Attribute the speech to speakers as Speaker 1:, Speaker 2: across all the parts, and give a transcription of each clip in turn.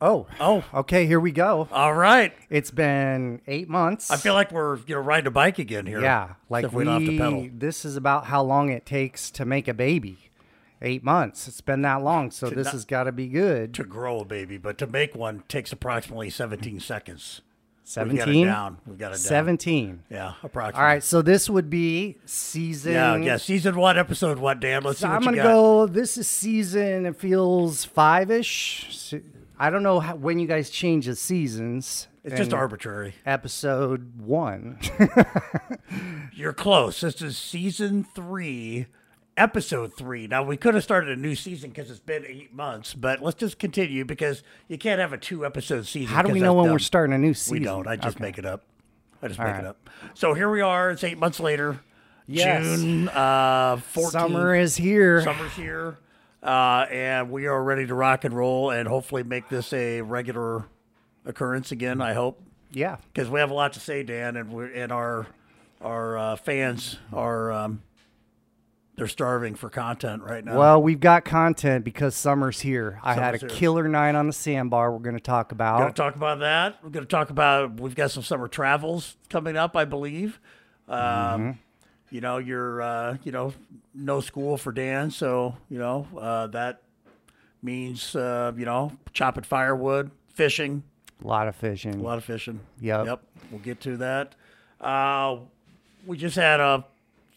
Speaker 1: Oh,
Speaker 2: Oh.
Speaker 1: okay. Here we go.
Speaker 2: All right.
Speaker 1: It's been eight months.
Speaker 2: I feel like we're you know riding a bike again here.
Speaker 1: yeah, like
Speaker 2: if
Speaker 1: we.
Speaker 2: we don't have to pedal.
Speaker 1: This is about how long it takes to make a baby. Eight months. It's been that long, so this
Speaker 2: not-
Speaker 1: has got to be good.
Speaker 2: To grow a baby, but to make one takes approximately 17 seconds. We got it
Speaker 1: Seventeen.
Speaker 2: down. We got it down.
Speaker 1: Seventeen.
Speaker 2: Yeah, approximately.
Speaker 1: All right, so this would be season.
Speaker 2: Yeah, yeah. Season one, episode one, Dan. Let's see
Speaker 1: So
Speaker 2: what
Speaker 1: I'm
Speaker 2: you
Speaker 1: gonna
Speaker 2: got.
Speaker 1: go. This is season. It feels five ish. I don't know how, when you guys change the seasons.
Speaker 2: It's just
Speaker 1: and
Speaker 2: arbitrary.
Speaker 1: episode one.
Speaker 2: You're close. This is season three, episode three. Now we could have started a new season because it's been eight months, but let's just continue because you can't have a two episode season.
Speaker 1: How do
Speaker 2: 'cause
Speaker 1: we know
Speaker 2: that's
Speaker 1: when we're
Speaker 2: dumb.
Speaker 1: starting a new season?
Speaker 2: We don't. I just
Speaker 1: Okay.
Speaker 2: make it up. I just make
Speaker 1: right.
Speaker 2: it up. So here we are. It's eight months later.
Speaker 1: Yes.
Speaker 2: June uh, 14th.
Speaker 1: Summer is here.
Speaker 2: Summer's here. Uh, and we are ready to rock and roll and hopefully make this a regular occurrence again, I hope.
Speaker 1: Yeah.
Speaker 2: Because we have a lot to say, Dan, and we're and our our uh, fans are um, they're starving for content right now.
Speaker 1: Well, we've got content because summer's here. I had a
Speaker 2: Summer's here.
Speaker 1: killer night on the sandbar. We're going to talk
Speaker 2: We're going
Speaker 1: about.
Speaker 2: to talk about that. We're going to talk about we've got some summer travels coming up, I believe. Um, You know, you're uh, you know no school for Dan, so you know uh, that means uh, you know chopping firewood, fishing,
Speaker 1: a lot of fishing.
Speaker 2: a lot of fishing.
Speaker 1: Yep.
Speaker 2: Yep. We'll get to that. Uh, we just had a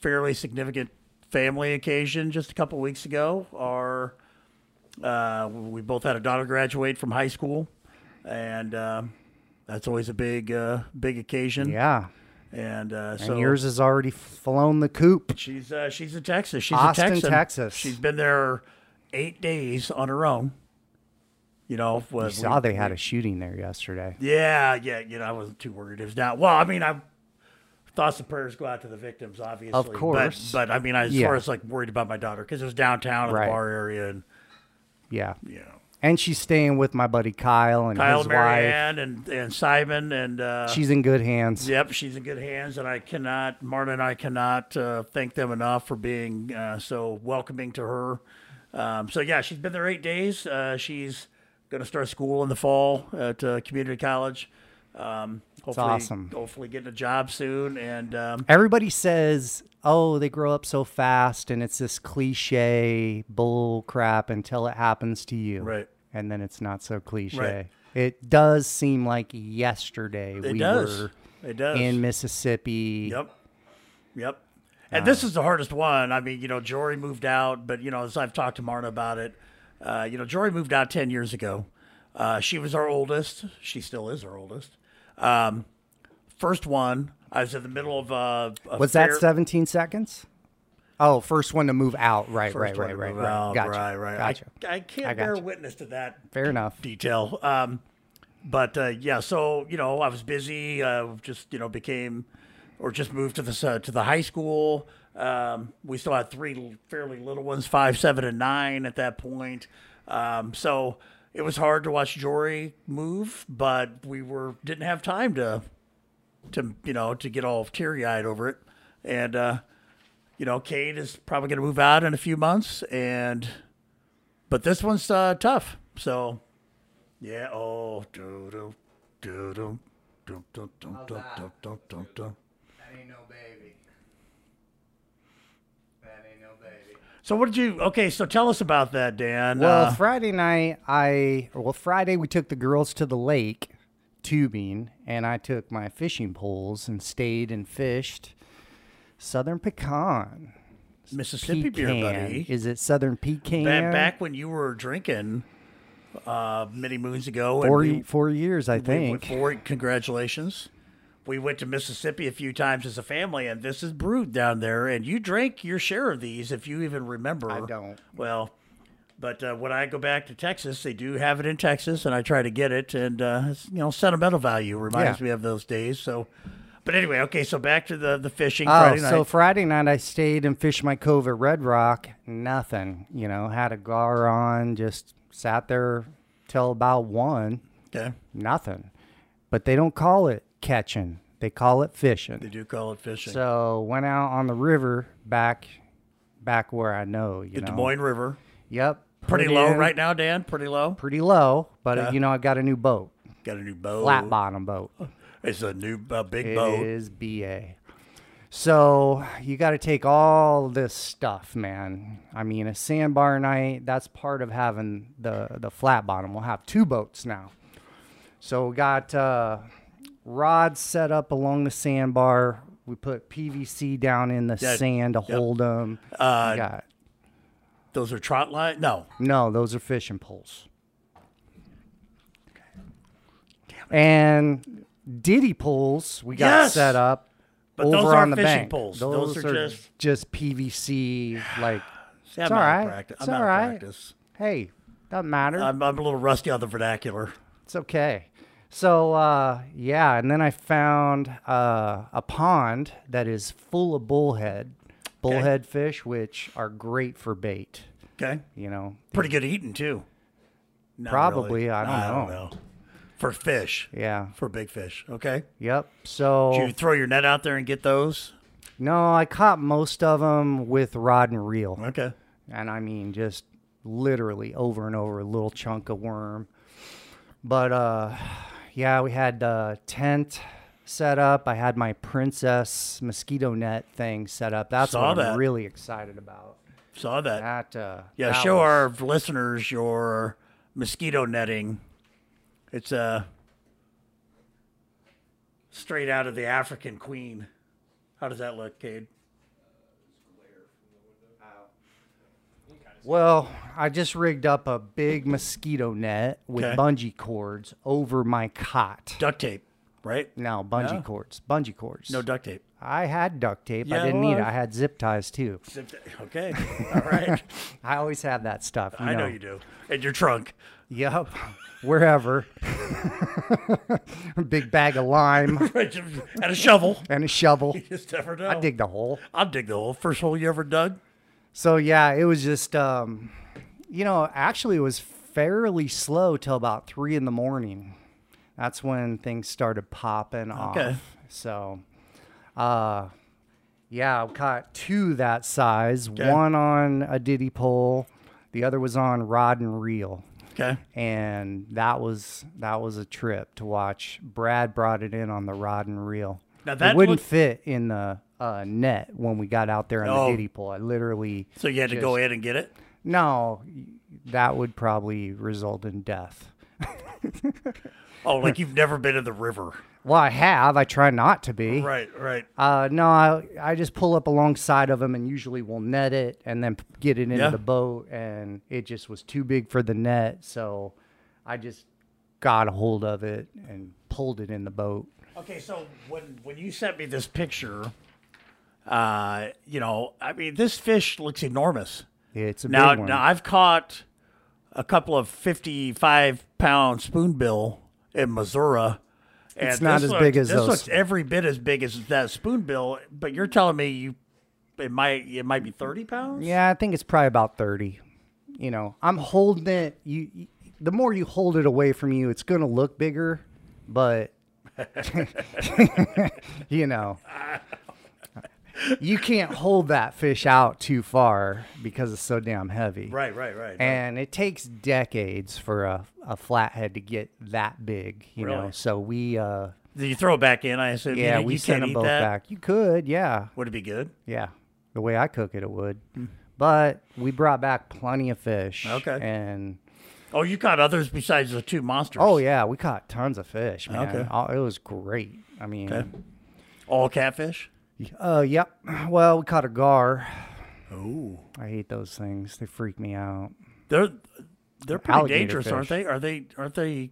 Speaker 2: fairly significant family occasion just a couple weeks ago. Our uh, we both had a daughter graduate from high school, and um, that's always a big uh, big occasion.
Speaker 1: yeah.
Speaker 2: And uh, so
Speaker 1: And yours has already flown the coop.
Speaker 2: she's uh, she's in Texas. She's
Speaker 1: Austin,
Speaker 2: a Texan.
Speaker 1: Texas.
Speaker 2: She's been there eight days on her own. You know,
Speaker 1: You saw they had a shooting there yesterday.
Speaker 2: yeah, yeah. You know, I wasn't too worried. It was not. Well, I mean, I thoughts and prayers go out to the victims, obviously.
Speaker 1: Of course.
Speaker 2: But, but I mean, I, as
Speaker 1: Yeah.
Speaker 2: far as like worried about my daughter because it was downtown in
Speaker 1: Right.
Speaker 2: the bar area, and
Speaker 1: Yeah.
Speaker 2: you know,
Speaker 1: And she's staying with my buddy Kyle and
Speaker 2: Kyle,
Speaker 1: his wife.
Speaker 2: Marianne, and and Simon, and uh,
Speaker 1: She's in good hands.
Speaker 2: yep, she's in good hands, and I cannot, Marta and I cannot uh, thank them enough for being uh, so welcoming to her. Um, so yeah, she's been there eight days. Uh, she's going to start school in the fall at uh, community college. Um, hopefully,
Speaker 1: awesome.
Speaker 2: Hopefully, getting a job soon, and um,
Speaker 1: Everybody says, "Oh, they grow up so fast," and it's this cliche bull crap until it happens to you.
Speaker 2: Right.
Speaker 1: And then it's not so cliche.
Speaker 2: Right.
Speaker 1: It does seem like yesterday
Speaker 2: it
Speaker 1: we
Speaker 2: does.
Speaker 1: were
Speaker 2: it does.
Speaker 1: in Mississippi.
Speaker 2: Yep. Yep. And
Speaker 1: Uh,
Speaker 2: this is the hardest one. I mean, you know, Jory moved out, but you know, as I've talked to Marna about it, uh, you know, Jory moved out ten years ago. Uh, she was our oldest. She still is our oldest. Um, first one. I was in the middle of uh, a
Speaker 1: Was that
Speaker 2: fair-
Speaker 1: 17 seconds? Oh, first one to move out. Right,
Speaker 2: first
Speaker 1: right,
Speaker 2: one
Speaker 1: right,
Speaker 2: to
Speaker 1: right,
Speaker 2: move
Speaker 1: right.
Speaker 2: out.
Speaker 1: Gotcha.
Speaker 2: Right, right.
Speaker 1: Gotcha.
Speaker 2: I, I can't
Speaker 1: I
Speaker 2: bear
Speaker 1: gotcha.
Speaker 2: witness to that
Speaker 1: Fair enough.
Speaker 2: detail. Um, but uh, yeah, so you know, I was busy. Uh, just you know, became or just moved to the uh, to the high school. Um, we still had three l- fairly little ones, five, seven, and nine at that point. Um, so it was hard to watch Jory move, but we were didn't have time to to you know to get all teary eyed over it. And uh, you know, Kate is probably going to move out in a few months, and but this one's uh, tough. So yeah. Oh. Do do do do do do do do do do do do.
Speaker 1: That ain't no baby. That ain't no baby.
Speaker 2: So what did you? Okay. So tell us about that, Dan.
Speaker 1: Well,
Speaker 2: Uh,
Speaker 1: Friday night, I well Friday we took the girls to the lake tubing, and I took my fishing poles and stayed and fished southern pecan.
Speaker 2: Mississippi beer, buddy.
Speaker 1: Is it southern pecan?
Speaker 2: Back, back when you were drinking, uh, many moons ago. and
Speaker 1: four
Speaker 2: we-
Speaker 1: ye- four years, I
Speaker 2: we went
Speaker 1: think.
Speaker 2: forward. Congratulations. We went to Mississippi a few times as a family, and this is brewed down there. And you drank your share of these, if you even remember.
Speaker 1: I don't.
Speaker 2: Well, but uh, when I go back to Texas, they do have it in Texas, and I try to get it. And uh, it's, you know, sentimental value reminds
Speaker 1: Yeah.
Speaker 2: me of those days. So, but anyway, okay. So back to the the fishing.
Speaker 1: Oh,
Speaker 2: Friday night.
Speaker 1: so Friday night I stayed and fished my cove at Red Rock. Nothing, you know, had a gar on, just sat there till about one.
Speaker 2: okay.
Speaker 1: Nothing. But they don't call it catching. They call it fishing.
Speaker 2: They do call it fishing.
Speaker 1: So went out on the river back, back where I know. You
Speaker 2: the
Speaker 1: know.
Speaker 2: Des Moines River.
Speaker 1: Yep.
Speaker 2: Pretty
Speaker 1: put
Speaker 2: low
Speaker 1: in.
Speaker 2: right now, Dan. Pretty low.
Speaker 1: Pretty low, but
Speaker 2: Yeah.
Speaker 1: uh, you know I got a new boat,
Speaker 2: Got a new boat.
Speaker 1: flat bottom boat.
Speaker 2: It's a new uh, big
Speaker 1: It
Speaker 2: boat.
Speaker 1: is BA. So you got to take all this stuff, man. I mean, a sandbar night, that's part of having the, the flat bottom. We'll have two boats now. So we got uh, rods set up along the sandbar. We put PVC down in the
Speaker 2: Yeah,
Speaker 1: sand to
Speaker 2: yep.
Speaker 1: hold 'em. hold them.
Speaker 2: Uh,
Speaker 1: got,
Speaker 2: Those are trot line. No,
Speaker 1: no, those are fishing poles. And ditty poles we got
Speaker 2: Yes!
Speaker 1: set up
Speaker 2: But
Speaker 1: over
Speaker 2: those
Speaker 1: on
Speaker 2: aren't
Speaker 1: the
Speaker 2: fishing
Speaker 1: bank.
Speaker 2: poles.
Speaker 1: Those,
Speaker 2: Those are
Speaker 1: are,
Speaker 2: just-
Speaker 1: just PVC. Like,
Speaker 2: See, I'm
Speaker 1: It's
Speaker 2: out
Speaker 1: all
Speaker 2: of
Speaker 1: right.
Speaker 2: practice.
Speaker 1: It's
Speaker 2: I'm
Speaker 1: all
Speaker 2: out of
Speaker 1: right.
Speaker 2: practice.
Speaker 1: hey, doesn't matter.
Speaker 2: I'm, I'm a little rusty on the vernacular.
Speaker 1: it's okay. So uh, yeah, and then I found uh, a pond that is full of bullhead, bullhead fish, which are great for bait.
Speaker 2: Okay.
Speaker 1: You know,
Speaker 2: Pretty good eating too. Not
Speaker 1: Probably,
Speaker 2: really.
Speaker 1: I don't
Speaker 2: know. For fish.
Speaker 1: yeah,
Speaker 2: For big fish. Okay.
Speaker 1: yep. So
Speaker 2: Do you throw your net out there and get those?
Speaker 1: no, I caught most of them with rod and reel.
Speaker 2: Okay.
Speaker 1: and I mean just literally over and over, a little chunk of worm. But uh, yeah, we had the tent set up. I had my princess mosquito net thing set up. That's
Speaker 2: Saw
Speaker 1: what
Speaker 2: that.
Speaker 1: I'm really excited about.
Speaker 2: Saw that.
Speaker 1: That uh,
Speaker 2: yeah.
Speaker 1: that
Speaker 2: show
Speaker 1: was-
Speaker 2: our listeners your mosquito netting. It's uh, straight out of the African Queen. How does that look, Cade?
Speaker 1: Well, I just rigged up a big mosquito net with
Speaker 2: Okay.
Speaker 1: bungee cords over my cot.
Speaker 2: Duct tape, right?
Speaker 1: No, bungee
Speaker 2: Yeah.
Speaker 1: cords. Bungee cords.
Speaker 2: No duct tape.
Speaker 1: I had duct tape.
Speaker 2: Yeah,
Speaker 1: I didn't need it.
Speaker 2: well,
Speaker 1: I had zip ties too.
Speaker 2: Zip ta- Okay. All right.
Speaker 1: I always have that stuff. You
Speaker 2: I know you do. In your trunk.
Speaker 1: Yep. Wherever. Big bag of lime
Speaker 2: and a shovel.
Speaker 1: and a shovel.
Speaker 2: You just never know.
Speaker 1: I dig the hole.
Speaker 2: I'll dig the hole. First hole you ever dug?
Speaker 1: So yeah, it was just um you know, actually it was fairly slow till about three in the morning. That's when things started popping
Speaker 2: Okay.
Speaker 1: off. So uh yeah, I caught two that size,
Speaker 2: Okay.
Speaker 1: one on a diddy pole, the other was on rod and reel.
Speaker 2: Okay.
Speaker 1: and that was that was a trip to watch. Brad brought it in on the rod and reel.
Speaker 2: Now
Speaker 1: it
Speaker 2: that
Speaker 1: wouldn't
Speaker 2: looked-
Speaker 1: fit in the uh, net when we got out there on
Speaker 2: Oh.
Speaker 1: the ditty pole. I literally
Speaker 2: So you had to go in and get it?
Speaker 1: no, that would probably result in death.
Speaker 2: Oh, like you've never been in the river.
Speaker 1: Well, I have. I try not to be.
Speaker 2: Right, right.
Speaker 1: Uh, no, I, I just pull up alongside of them and usually we'll net it and then p- get it into
Speaker 2: Yeah.
Speaker 1: the boat. And it just was too big for the net. So I just got a hold of it and pulled it in the boat.
Speaker 2: Okay, so when when you sent me this picture, uh, you know, I mean this fish looks enormous.
Speaker 1: It's a
Speaker 2: Now
Speaker 1: big one.
Speaker 2: now I've caught a couple of fifty five pound spoonbill in Missouri. And
Speaker 1: It's not
Speaker 2: this
Speaker 1: as big
Speaker 2: looked-
Speaker 1: as
Speaker 2: this
Speaker 1: those.
Speaker 2: looks every bit as big as that spoonbill, but you're telling me you it might it might be thirty pounds?
Speaker 1: yeah, I think it's probably about thirty. You know, I'm holding it. You, you- the more you hold it away from you, it's gonna look bigger, but you know, you can't hold that fish out too far because it's so damn heavy.
Speaker 2: Right, right, right.
Speaker 1: And it takes decades for a, a flathead to get that big, you know.
Speaker 2: Really?
Speaker 1: So we, uh,
Speaker 2: Did you throw it back in? I assume.
Speaker 1: yeah,
Speaker 2: you,
Speaker 1: we
Speaker 2: you
Speaker 1: sent
Speaker 2: can't
Speaker 1: them
Speaker 2: eat
Speaker 1: both
Speaker 2: that.
Speaker 1: back. You could, yeah.
Speaker 2: Would it be good?
Speaker 1: Yeah, the way I cook it, it would. But we brought back plenty of fish.
Speaker 2: Okay.
Speaker 1: And
Speaker 2: Oh, you caught others besides the two monsters.
Speaker 1: oh yeah, we caught tons of fish, man.
Speaker 2: Okay.
Speaker 1: Oh, It was great. I mean,
Speaker 2: Okay. all catfish.
Speaker 1: uh, yep. Well, we caught a gar.
Speaker 2: Oh,
Speaker 1: I hate those things. They freak me out.
Speaker 2: they're they're pretty
Speaker 1: Alligator
Speaker 2: dangerous, aren't
Speaker 1: fish.
Speaker 2: they? Are they aren't they?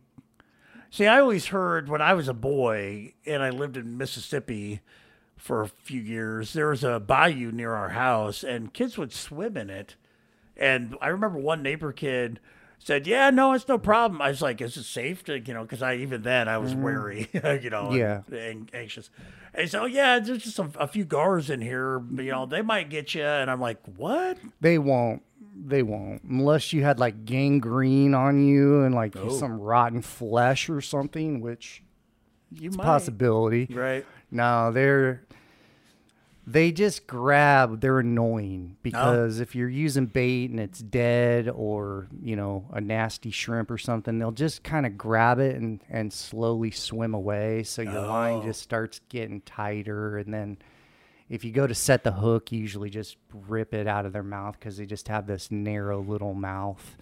Speaker 2: See, I always heard when I was a boy and I lived in Mississippi for a few years. There was a bayou near our house, and kids would swim in it. And I remember one neighbor kid said, "Yeah, no, it's no problem." I was like, "Is it safe to you know?" Because I even then I was wary, you know, and-
Speaker 1: Mm-hmm. Yeah.
Speaker 2: and anxious. And so, yeah, there's just a, a few gars in here. You know, they might get you. And I'm like, "What?"
Speaker 1: They won't. They won't unless you had like gangrene on you and like
Speaker 2: Oh.
Speaker 1: some rotten flesh or something, which
Speaker 2: You
Speaker 1: is a
Speaker 2: might.
Speaker 1: possibility.
Speaker 2: Right.
Speaker 1: No, they're they just grab they're annoying because if you're using bait and it's dead or you know a nasty shrimp or something they'll just kind of grab it and and slowly swim away so your line
Speaker 2: Oh.
Speaker 1: just starts getting tighter and then if you go to set the hook you usually just rip it out of their mouth because they just have this narrow little mouth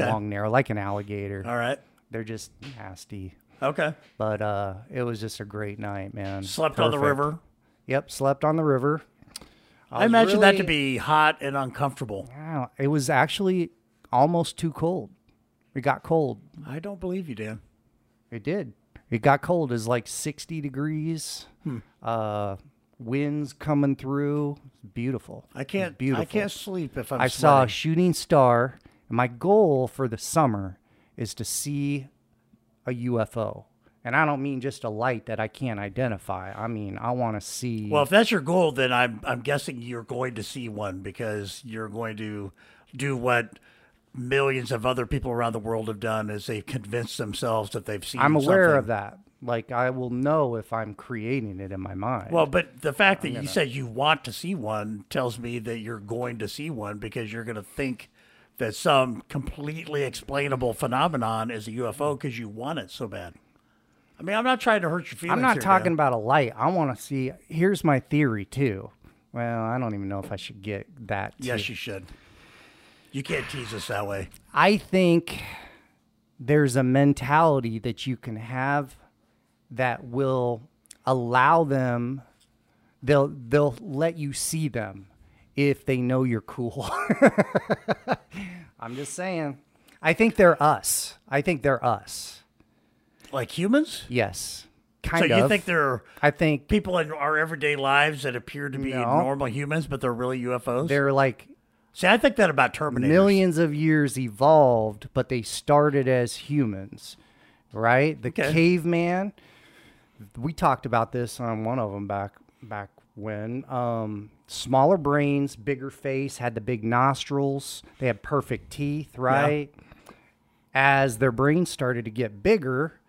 Speaker 2: Okay.
Speaker 1: long narrow like an alligator
Speaker 2: All right.
Speaker 1: they're just nasty
Speaker 2: Okay.
Speaker 1: but uh it was just a great night man
Speaker 2: Slept on the
Speaker 1: Perfect.
Speaker 2: river.
Speaker 1: yep slept on the river
Speaker 2: I,
Speaker 1: was
Speaker 2: imagine that to
Speaker 1: really-
Speaker 2: be hot and uncomfortable.
Speaker 1: Wow, it was actually almost too cold. It got cold.
Speaker 2: I don't believe you, Dan.
Speaker 1: It did. It got cold. It was like 60 degrees.
Speaker 2: Hmm.
Speaker 1: Uh, winds coming through. Beautiful.
Speaker 2: I can't.
Speaker 1: Beautiful.
Speaker 2: I can't sleep if I'm.
Speaker 1: I saw a
Speaker 2: sweating.
Speaker 1: shooting star. And my goal for the summer is to see a UFO. And I don't mean just a light that I can't identify. I mean, I want to see.
Speaker 2: Well, if that's your goal, then I'm. I'm guessing you're going to see one because you're going to do what millions of other people around the world have done is they've convinced themselves that they've seen.
Speaker 1: I'm aware
Speaker 2: something.
Speaker 1: of that. Like, I will know if I'm creating it in my mind.
Speaker 2: Well, but the fact that you said you want to see one tells me that you're going to see one because you're going to think that some completely explainable phenomenon is a UFO because you want it so bad. I mean, I'm not trying to hurt your feelings.
Speaker 1: Mm. I'm not
Speaker 2: here,
Speaker 1: talking
Speaker 2: Dan.
Speaker 1: about a light. I want to see. Here's my theory too. Well, I don't even know if I should get that.
Speaker 2: Yes,
Speaker 1: too.
Speaker 2: you should. You can't tease us that way.
Speaker 1: I think there's a mentality that you can have that will allow them. They'll they'll let you see them if they know you're cool. I'm just saying. I think they're us. I think they're us.
Speaker 2: Like humans?
Speaker 1: Yes,
Speaker 2: So
Speaker 1: kind of.
Speaker 2: you think there are
Speaker 1: I think
Speaker 2: people in our everyday lives that appear to be
Speaker 1: No.
Speaker 2: normal humans, but they're really UFOs?
Speaker 1: they're like
Speaker 2: See, I think that about Terminators.
Speaker 1: millions of years evolved, but they started as humans, right? The
Speaker 2: Okay.
Speaker 1: caveman. We talked about this on one of them back back when. Um, smaller brains, bigger face, had the big nostrils. They had perfect teeth, right? As their brains started to get bigger,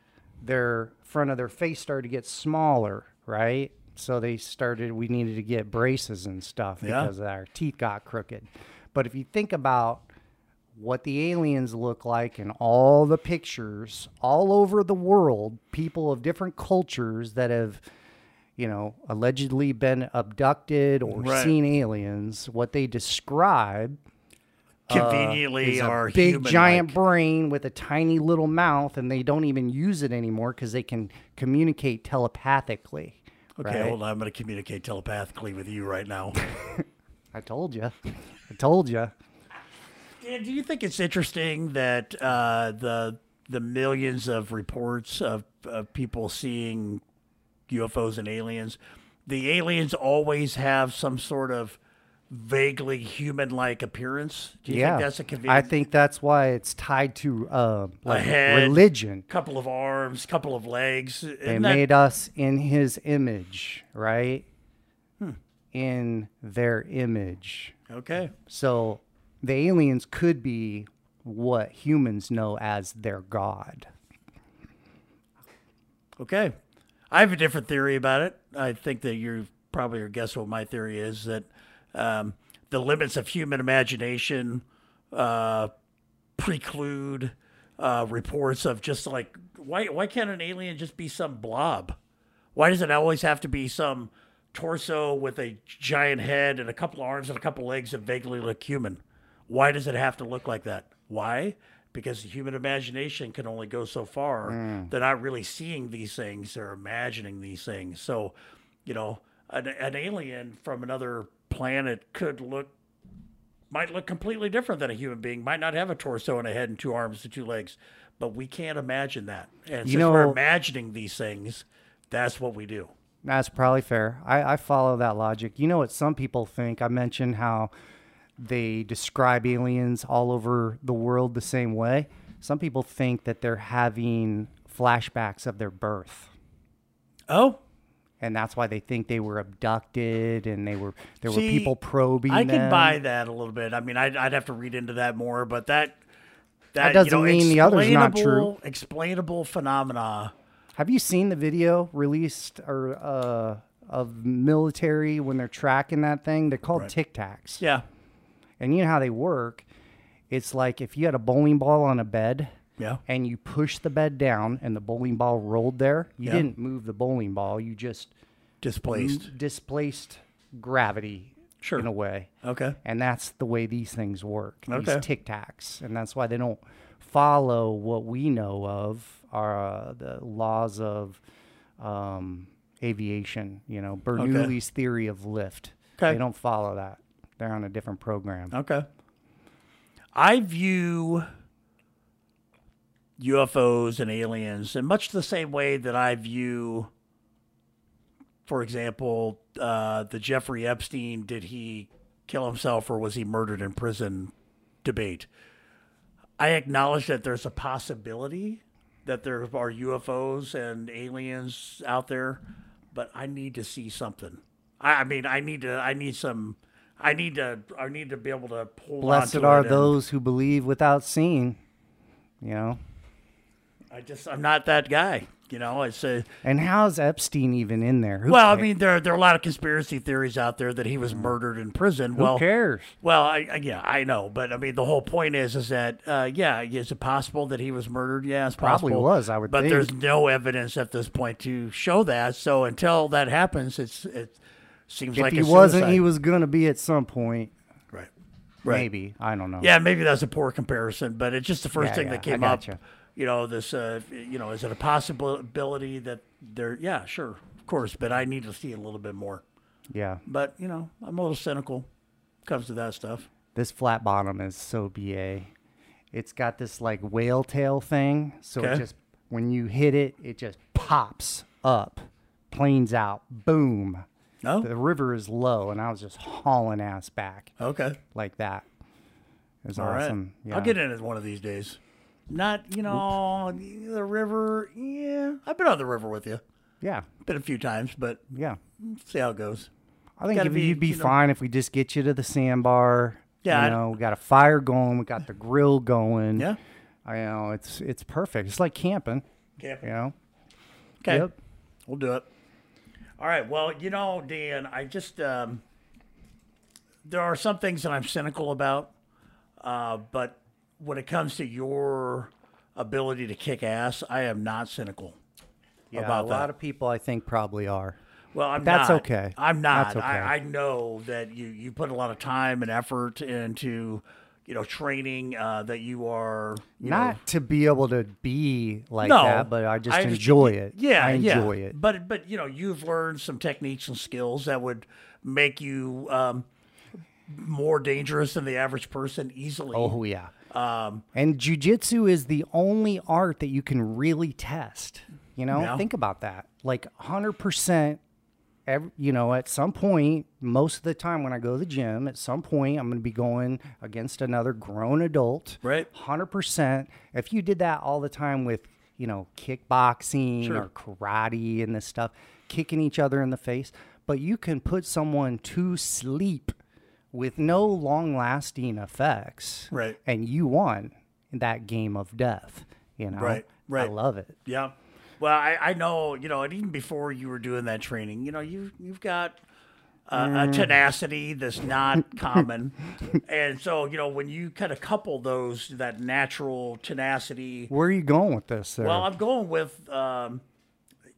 Speaker 1: their front of their face started to get smaller, right? So they started. We needed to get braces and stuff
Speaker 2: Yeah.
Speaker 1: because our teeth got crooked. But if you think about what the aliens look like in all the pictures all over the world, people of different cultures that have, you know, allegedly been abducted or
Speaker 2: Right.
Speaker 1: seen aliens, what they describe
Speaker 2: Conveniently
Speaker 1: is Uh,
Speaker 2: are
Speaker 1: a big
Speaker 2: human-like.
Speaker 1: giant brain with a tiny little mouth, and they don't even use it anymore because they can communicate telepathically.
Speaker 2: Okay,
Speaker 1: right?
Speaker 2: hold on. I'm going to communicate telepathically with you right now.
Speaker 1: I told you, I told you.
Speaker 2: Dan, do you think it's interesting that uh, the the millions of reports of, of people seeing UFOs and aliens, the aliens always have some sort of vaguely human-like appearance? Do you think that's a
Speaker 1: I
Speaker 2: convenient?
Speaker 1: think that's why it's tied to uh, like
Speaker 2: head.
Speaker 1: religion.
Speaker 2: couple of arms, couple of legs. Isn't
Speaker 1: They
Speaker 2: that-
Speaker 1: made us in His image, right?
Speaker 2: Hmm.
Speaker 1: In their image.
Speaker 2: okay.
Speaker 1: So the aliens could be what humans know as their god.
Speaker 2: Okay. I have a different theory about it. I think that you probably are guess what my theory is that um, the limits of human imagination uh, preclude uh, reports of just like why why can't an alien just be some blob? Why does it always have to be some torso with a giant head and a couple arms and a couple legs that vaguely look human? Why does it have to look like that? Why? Because the human imagination can only go so far. They're not really seeing these things, they're imagining these things. So, you know, an, an alien from another planet could look might look completely different than a human being, might not have a torso and a head and two arms and two legs, but we can't imagine that. And
Speaker 1: You
Speaker 2: since we're
Speaker 1: know-
Speaker 2: imagining these things, that's what we do.
Speaker 1: That's probably fair. I, I follow that logic. You know what some people think? I mentioned how they describe aliens all over the world the same way. Some people think that they're having flashbacks of their birth.
Speaker 2: Oh,
Speaker 1: and that's why they think they were abducted and they were there were
Speaker 2: See,
Speaker 1: people probing
Speaker 2: I
Speaker 1: them.
Speaker 2: can buy that a little bit. I mean, I'd, I'd have to read into that more, but that that,
Speaker 1: doesn't
Speaker 2: you know,
Speaker 1: mean the other's not
Speaker 2: explainable- Explainable phenomena.
Speaker 1: Have you seen the video released or uh, of military when they're tracking that thing. They're called
Speaker 2: Right.
Speaker 1: tic tacs.
Speaker 2: Yeah.
Speaker 1: And you know how they work? It's like if you had a bowling ball on a bed
Speaker 2: Yeah.
Speaker 1: and you pushed the bed down and the bowling ball rolled there, you
Speaker 2: Yeah.
Speaker 1: didn't move the bowling ball. You just Mm-hmm.
Speaker 2: Displaced.
Speaker 1: displaced gravity
Speaker 2: Sure.
Speaker 1: in a way.
Speaker 2: Okay.
Speaker 1: And that's the way these things work,
Speaker 2: Okay.
Speaker 1: these tic tacs. And that's why they don't follow what we know of are uh, the laws of um, aviation, you know, Bernoulli's theory of lift.
Speaker 2: Okay.
Speaker 1: They don't follow that. They're on a different program.
Speaker 2: Okay. I view UFOs and aliens in much the same way that I view, for example, uh, the Jeffrey Epstein did he kill himself or was he murdered in prison debate. I acknowledge that there's a possibility that there are UFOs and aliens out there, but I need to see something. I, I mean, I need to. I need some. I need to. I need to be able to pull.
Speaker 1: Blessed are those who believe without seeing, you know.
Speaker 2: I just. I'm not that guy. You know. It's a.
Speaker 1: And how's Epstein even in there? Who
Speaker 2: Well, I
Speaker 1: ca-
Speaker 2: mean, there there are a lot of conspiracy theories out there that he was murdered in prison.
Speaker 1: Mm. who
Speaker 2: well,
Speaker 1: cares?
Speaker 2: Well, I, I yeah, I know, but I mean, the whole point is, is that uh, yeah, is it possible that he was murdered? Yeah, it's
Speaker 1: Probably
Speaker 2: possible.
Speaker 1: was, I would
Speaker 2: but
Speaker 1: think.
Speaker 2: there's no evidence at this point to show that. So until that happens, it's it seems
Speaker 1: If
Speaker 2: like
Speaker 1: he
Speaker 2: a
Speaker 1: wasn't,
Speaker 2: suicide.
Speaker 1: he was gonna be at some point.
Speaker 2: right, right.
Speaker 1: Maybe I don't know.
Speaker 2: Yeah, maybe that's a poor comparison, but it's just the first
Speaker 1: Yeah,
Speaker 2: thing
Speaker 1: yeah,
Speaker 2: that
Speaker 1: I
Speaker 2: came
Speaker 1: gotcha.
Speaker 2: up. You know, this. Uh, you know, is it a possibility that there? Yeah, sure, of course, but I need to see a little bit more.
Speaker 1: yeah.
Speaker 2: But you know, I'm a little cynical when it comes to that stuff.
Speaker 1: This flat bottom is so ba. It's got this like whale tail thing, so it
Speaker 2: Okay.
Speaker 1: just when you hit it, it just pops up, planes out, boom.
Speaker 2: No.
Speaker 1: The river is low, and I was just hauling ass back
Speaker 2: Okay.
Speaker 1: like that. It was
Speaker 2: All right.
Speaker 1: awesome.
Speaker 2: I'll get in it one of these days. Not, you know, the river. Yeah. I've been on the river with you.
Speaker 1: Yeah,
Speaker 2: Been a few times, but
Speaker 1: yeah.
Speaker 2: see how it goes.
Speaker 1: I think
Speaker 2: Gotta
Speaker 1: if
Speaker 2: be,
Speaker 1: you'd be
Speaker 2: you know-
Speaker 1: fine if we just get you to the sandbar.
Speaker 2: Yeah, I-
Speaker 1: you know, we got a fire going, we got the grill going.
Speaker 2: Yeah.
Speaker 1: I know it's it's perfect. It's like camping. You
Speaker 2: Camping.
Speaker 1: know.
Speaker 2: Okay.
Speaker 1: Yep.
Speaker 2: We'll do it. All right. Well, you know, Dan, I just um, there are some things that I'm cynical about, uh, but when it comes to your ability to kick ass, I am not cynical
Speaker 1: Yeah,
Speaker 2: about
Speaker 1: a
Speaker 2: that.
Speaker 1: lot of people I think probably are.
Speaker 2: Well, I'm
Speaker 1: That's
Speaker 2: not.
Speaker 1: okay.
Speaker 2: I'm not.
Speaker 1: That's okay.
Speaker 2: I, I know that you you put a lot of time and effort into you know training uh, that you are you
Speaker 1: Not to be able to be like
Speaker 2: No,
Speaker 1: that, but I just
Speaker 2: I understand-
Speaker 1: enjoy it.
Speaker 2: know, yeah
Speaker 1: I enjoy
Speaker 2: yeah.
Speaker 1: it.
Speaker 2: But but you know you've learned some techniques and skills that would make you um, more dangerous than the average person easily.
Speaker 1: Oh yeah. Um, and jujitsu is the only art that you can really test. You know,
Speaker 2: Yeah.
Speaker 1: think about that. Like hundred percent. Every, you know, at some point, most of the time when I go to the gym, at some point I'm going to be going against another grown adult.
Speaker 2: Right.
Speaker 1: 100%. If you did that all the time with, you know, kickboxing
Speaker 2: Sure.
Speaker 1: or karate and this stuff, kicking each other in the face, but you can put someone to sleep with no long lasting effects.
Speaker 2: Right.
Speaker 1: And you won that game of death, you know?
Speaker 2: Right, right.
Speaker 1: I love it.
Speaker 2: Yeah. Well, I, I know, you know, and even before you were doing that training, you know, you you've got
Speaker 1: Mm.
Speaker 2: uh, a tenacity that's not common, and so you know when you kind of couple those that natural tenacity.
Speaker 1: Where are you going with this? There?
Speaker 2: Well, I'm going with. Um,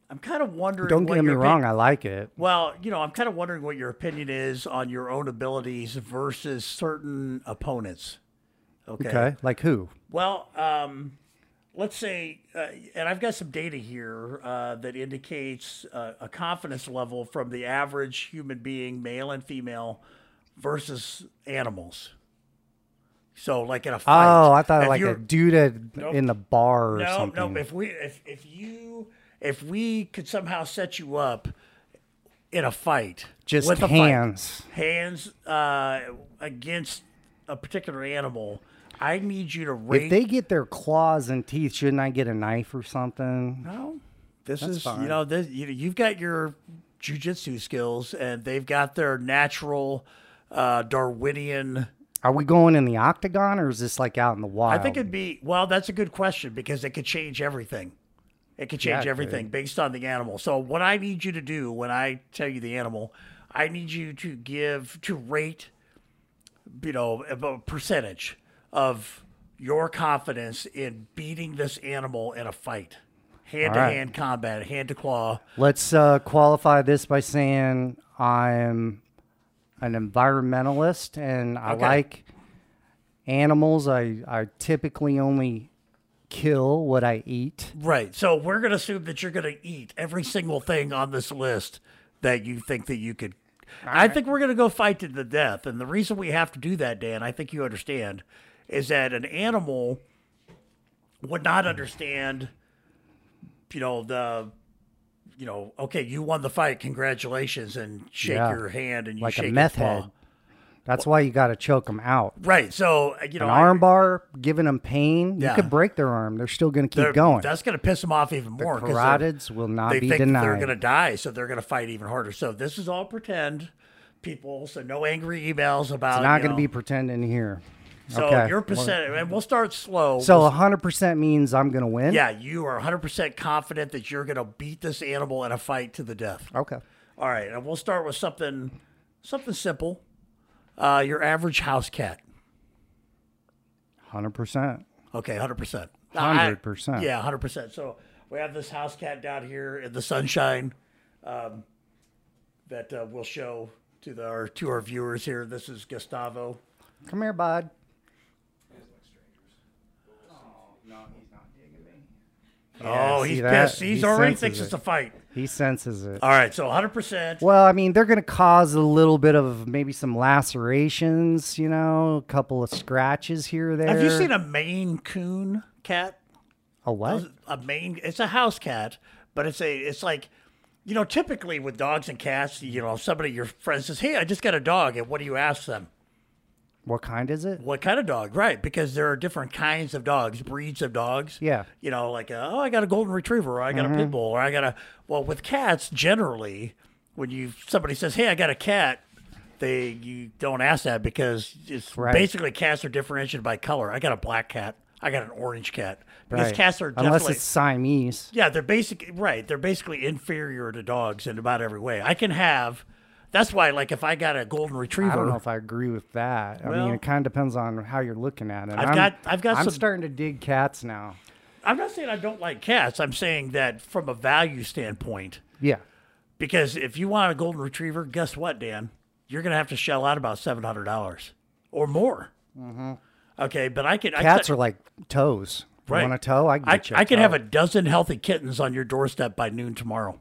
Speaker 2: I'm kind of wondering.
Speaker 1: Don't
Speaker 2: what
Speaker 1: get me
Speaker 2: your opi-
Speaker 1: wrong. I like it.
Speaker 2: well, you know, I'm kind of wondering what your opinion is on your own abilities versus certain opponents.
Speaker 1: Okay. Like who?
Speaker 2: Well, um, let's say, uh, and I've got some data here uh, that indicates uh, a confidence level from the average human being, male and female, versus animals. So, like in a fight.
Speaker 1: Oh, I thought
Speaker 2: if
Speaker 1: like a
Speaker 2: you're-
Speaker 1: dude at, in the bar or
Speaker 2: no,
Speaker 1: something.
Speaker 2: no. If we, if if you, if we could somehow set you up in a fight,
Speaker 1: Just
Speaker 2: with a fight,
Speaker 1: hands.
Speaker 2: hands uh, against a particular animal. I need you to rate.
Speaker 1: If they get their claws and teeth, shouldn't I get a knife or something?
Speaker 2: No, this is
Speaker 1: fine.
Speaker 2: you know this you you've got your jujitsu skills and they've got their natural uh, Darwinian.
Speaker 1: Are we going in the octagon or is this like out in the wild?
Speaker 2: I think it'd be well. That's a good question because it could change everything. It could change
Speaker 1: Yeah, it
Speaker 2: everything based on the animal. So what I need you to do when I tell you the animal, I need you to give to rate, you know, a a percentage of your confidence in beating this animal in a fight, hand to hand combat, hand to claw.
Speaker 1: Let's uh, qualify this by saying I'm an environmentalist and I
Speaker 2: Okay.
Speaker 1: like animals. I, I typically only kill what I eat.
Speaker 2: Right. So we're going to assume that you're going to eat every single thing on this list that you think that you could. I think we're going to go fight to the death. And the reason we have to do that, Dan, I think you understand, is that an animal would not understand, you know, the. You know, okay, you won the fight. Congratulations, and shake
Speaker 1: Yeah.
Speaker 2: your hand and you
Speaker 1: Like a
Speaker 2: shake your
Speaker 1: meth
Speaker 2: paw.
Speaker 1: head. That's why you got to choke them out.
Speaker 2: Right. So uh, you know,
Speaker 1: An
Speaker 2: I-
Speaker 1: arm bar, giving them pain,
Speaker 2: Yeah.
Speaker 1: you could break their arm. They're still going to keep
Speaker 2: they're-
Speaker 1: going.
Speaker 2: That's going to piss them off even more. 'cause they're-
Speaker 1: Carotids will not
Speaker 2: they
Speaker 1: be
Speaker 2: think that they're
Speaker 1: denied.
Speaker 2: going to die, so they're going to fight even harder. So this is all pretend, people. So no angry emails about.
Speaker 1: It's not
Speaker 2: Uh, you
Speaker 1: going to be
Speaker 2: know.
Speaker 1: pretending here.
Speaker 2: So
Speaker 1: okay.
Speaker 2: your percent, and we'll start slow.
Speaker 1: So
Speaker 2: We'll-
Speaker 1: 100% means I'm going to win?
Speaker 2: yeah, you are 100 percent confident that you're going to beat this animal in a fight to the death.
Speaker 1: Okay.
Speaker 2: All right, and we'll start with something, something simple. Uh, your average house cat.
Speaker 1: 100%.
Speaker 2: Okay, hundred percent.
Speaker 1: 100%.
Speaker 2: Yeah, hundred percent. So we have this house cat down here in the sunshine, um, that uh, we'll show to the our, to our viewers here. This is Gustavo.
Speaker 1: Come here, bud.
Speaker 2: oh,
Speaker 1: see
Speaker 2: he's
Speaker 1: that?
Speaker 2: pissed. He's
Speaker 1: He
Speaker 2: already
Speaker 1: senses
Speaker 2: thinks
Speaker 1: it.
Speaker 2: it's a fight.
Speaker 1: He senses it.
Speaker 2: All right, so hundred percent.
Speaker 1: Well, I mean, they're going to cause a little bit of maybe some lacerations, you know, a couple of scratches here or there.
Speaker 2: Have you seen a Maine Coon cat?
Speaker 1: a what?
Speaker 2: a main it's a house cat but it's a it's like you know typically with dogs and cats you know somebody your friend says hey i just got a dog and what do you ask them
Speaker 1: What kind is it?
Speaker 2: what kind of dog right because there are different kinds of dogs breeds of dogs
Speaker 1: Yeah. Mm-hmm.
Speaker 2: you know like uh oh i got a golden retriever or i got a pit bull or i got a well with cats generally when you somebody says hey i got a cat they you don't ask that because it's
Speaker 1: Right.
Speaker 2: basically cats are differentiated by color i got a black cat i got an orange cat because
Speaker 1: Right.
Speaker 2: cats are
Speaker 1: Unless
Speaker 2: definitely
Speaker 1: it's Siamese.
Speaker 2: yeah, they're basically right. They're basically inferior to dogs in about every way. I can have. That's why, like, if I got a golden retriever,
Speaker 1: I don't know if I agree with that. I
Speaker 2: Well-
Speaker 1: mean, it kind of depends on how you're looking at it.
Speaker 2: I've
Speaker 1: I'm-
Speaker 2: got- I've got
Speaker 1: I'm
Speaker 2: some-
Speaker 1: starting to dig cats now.
Speaker 2: I'm not saying I don't like cats. I'm saying that from a value standpoint,
Speaker 1: Yeah.
Speaker 2: because if you want a golden retriever, guess what, Dan? You're gonna have to shell out about seven hundred dollars or more. Mm-hmm. Okay, but I can.
Speaker 1: Cats
Speaker 2: I,
Speaker 1: are like toes.
Speaker 2: Right.
Speaker 1: You want a toe? I can
Speaker 2: I,
Speaker 1: get you
Speaker 2: I can
Speaker 1: toe.
Speaker 2: have a dozen healthy kittens on your doorstep by noon tomorrow.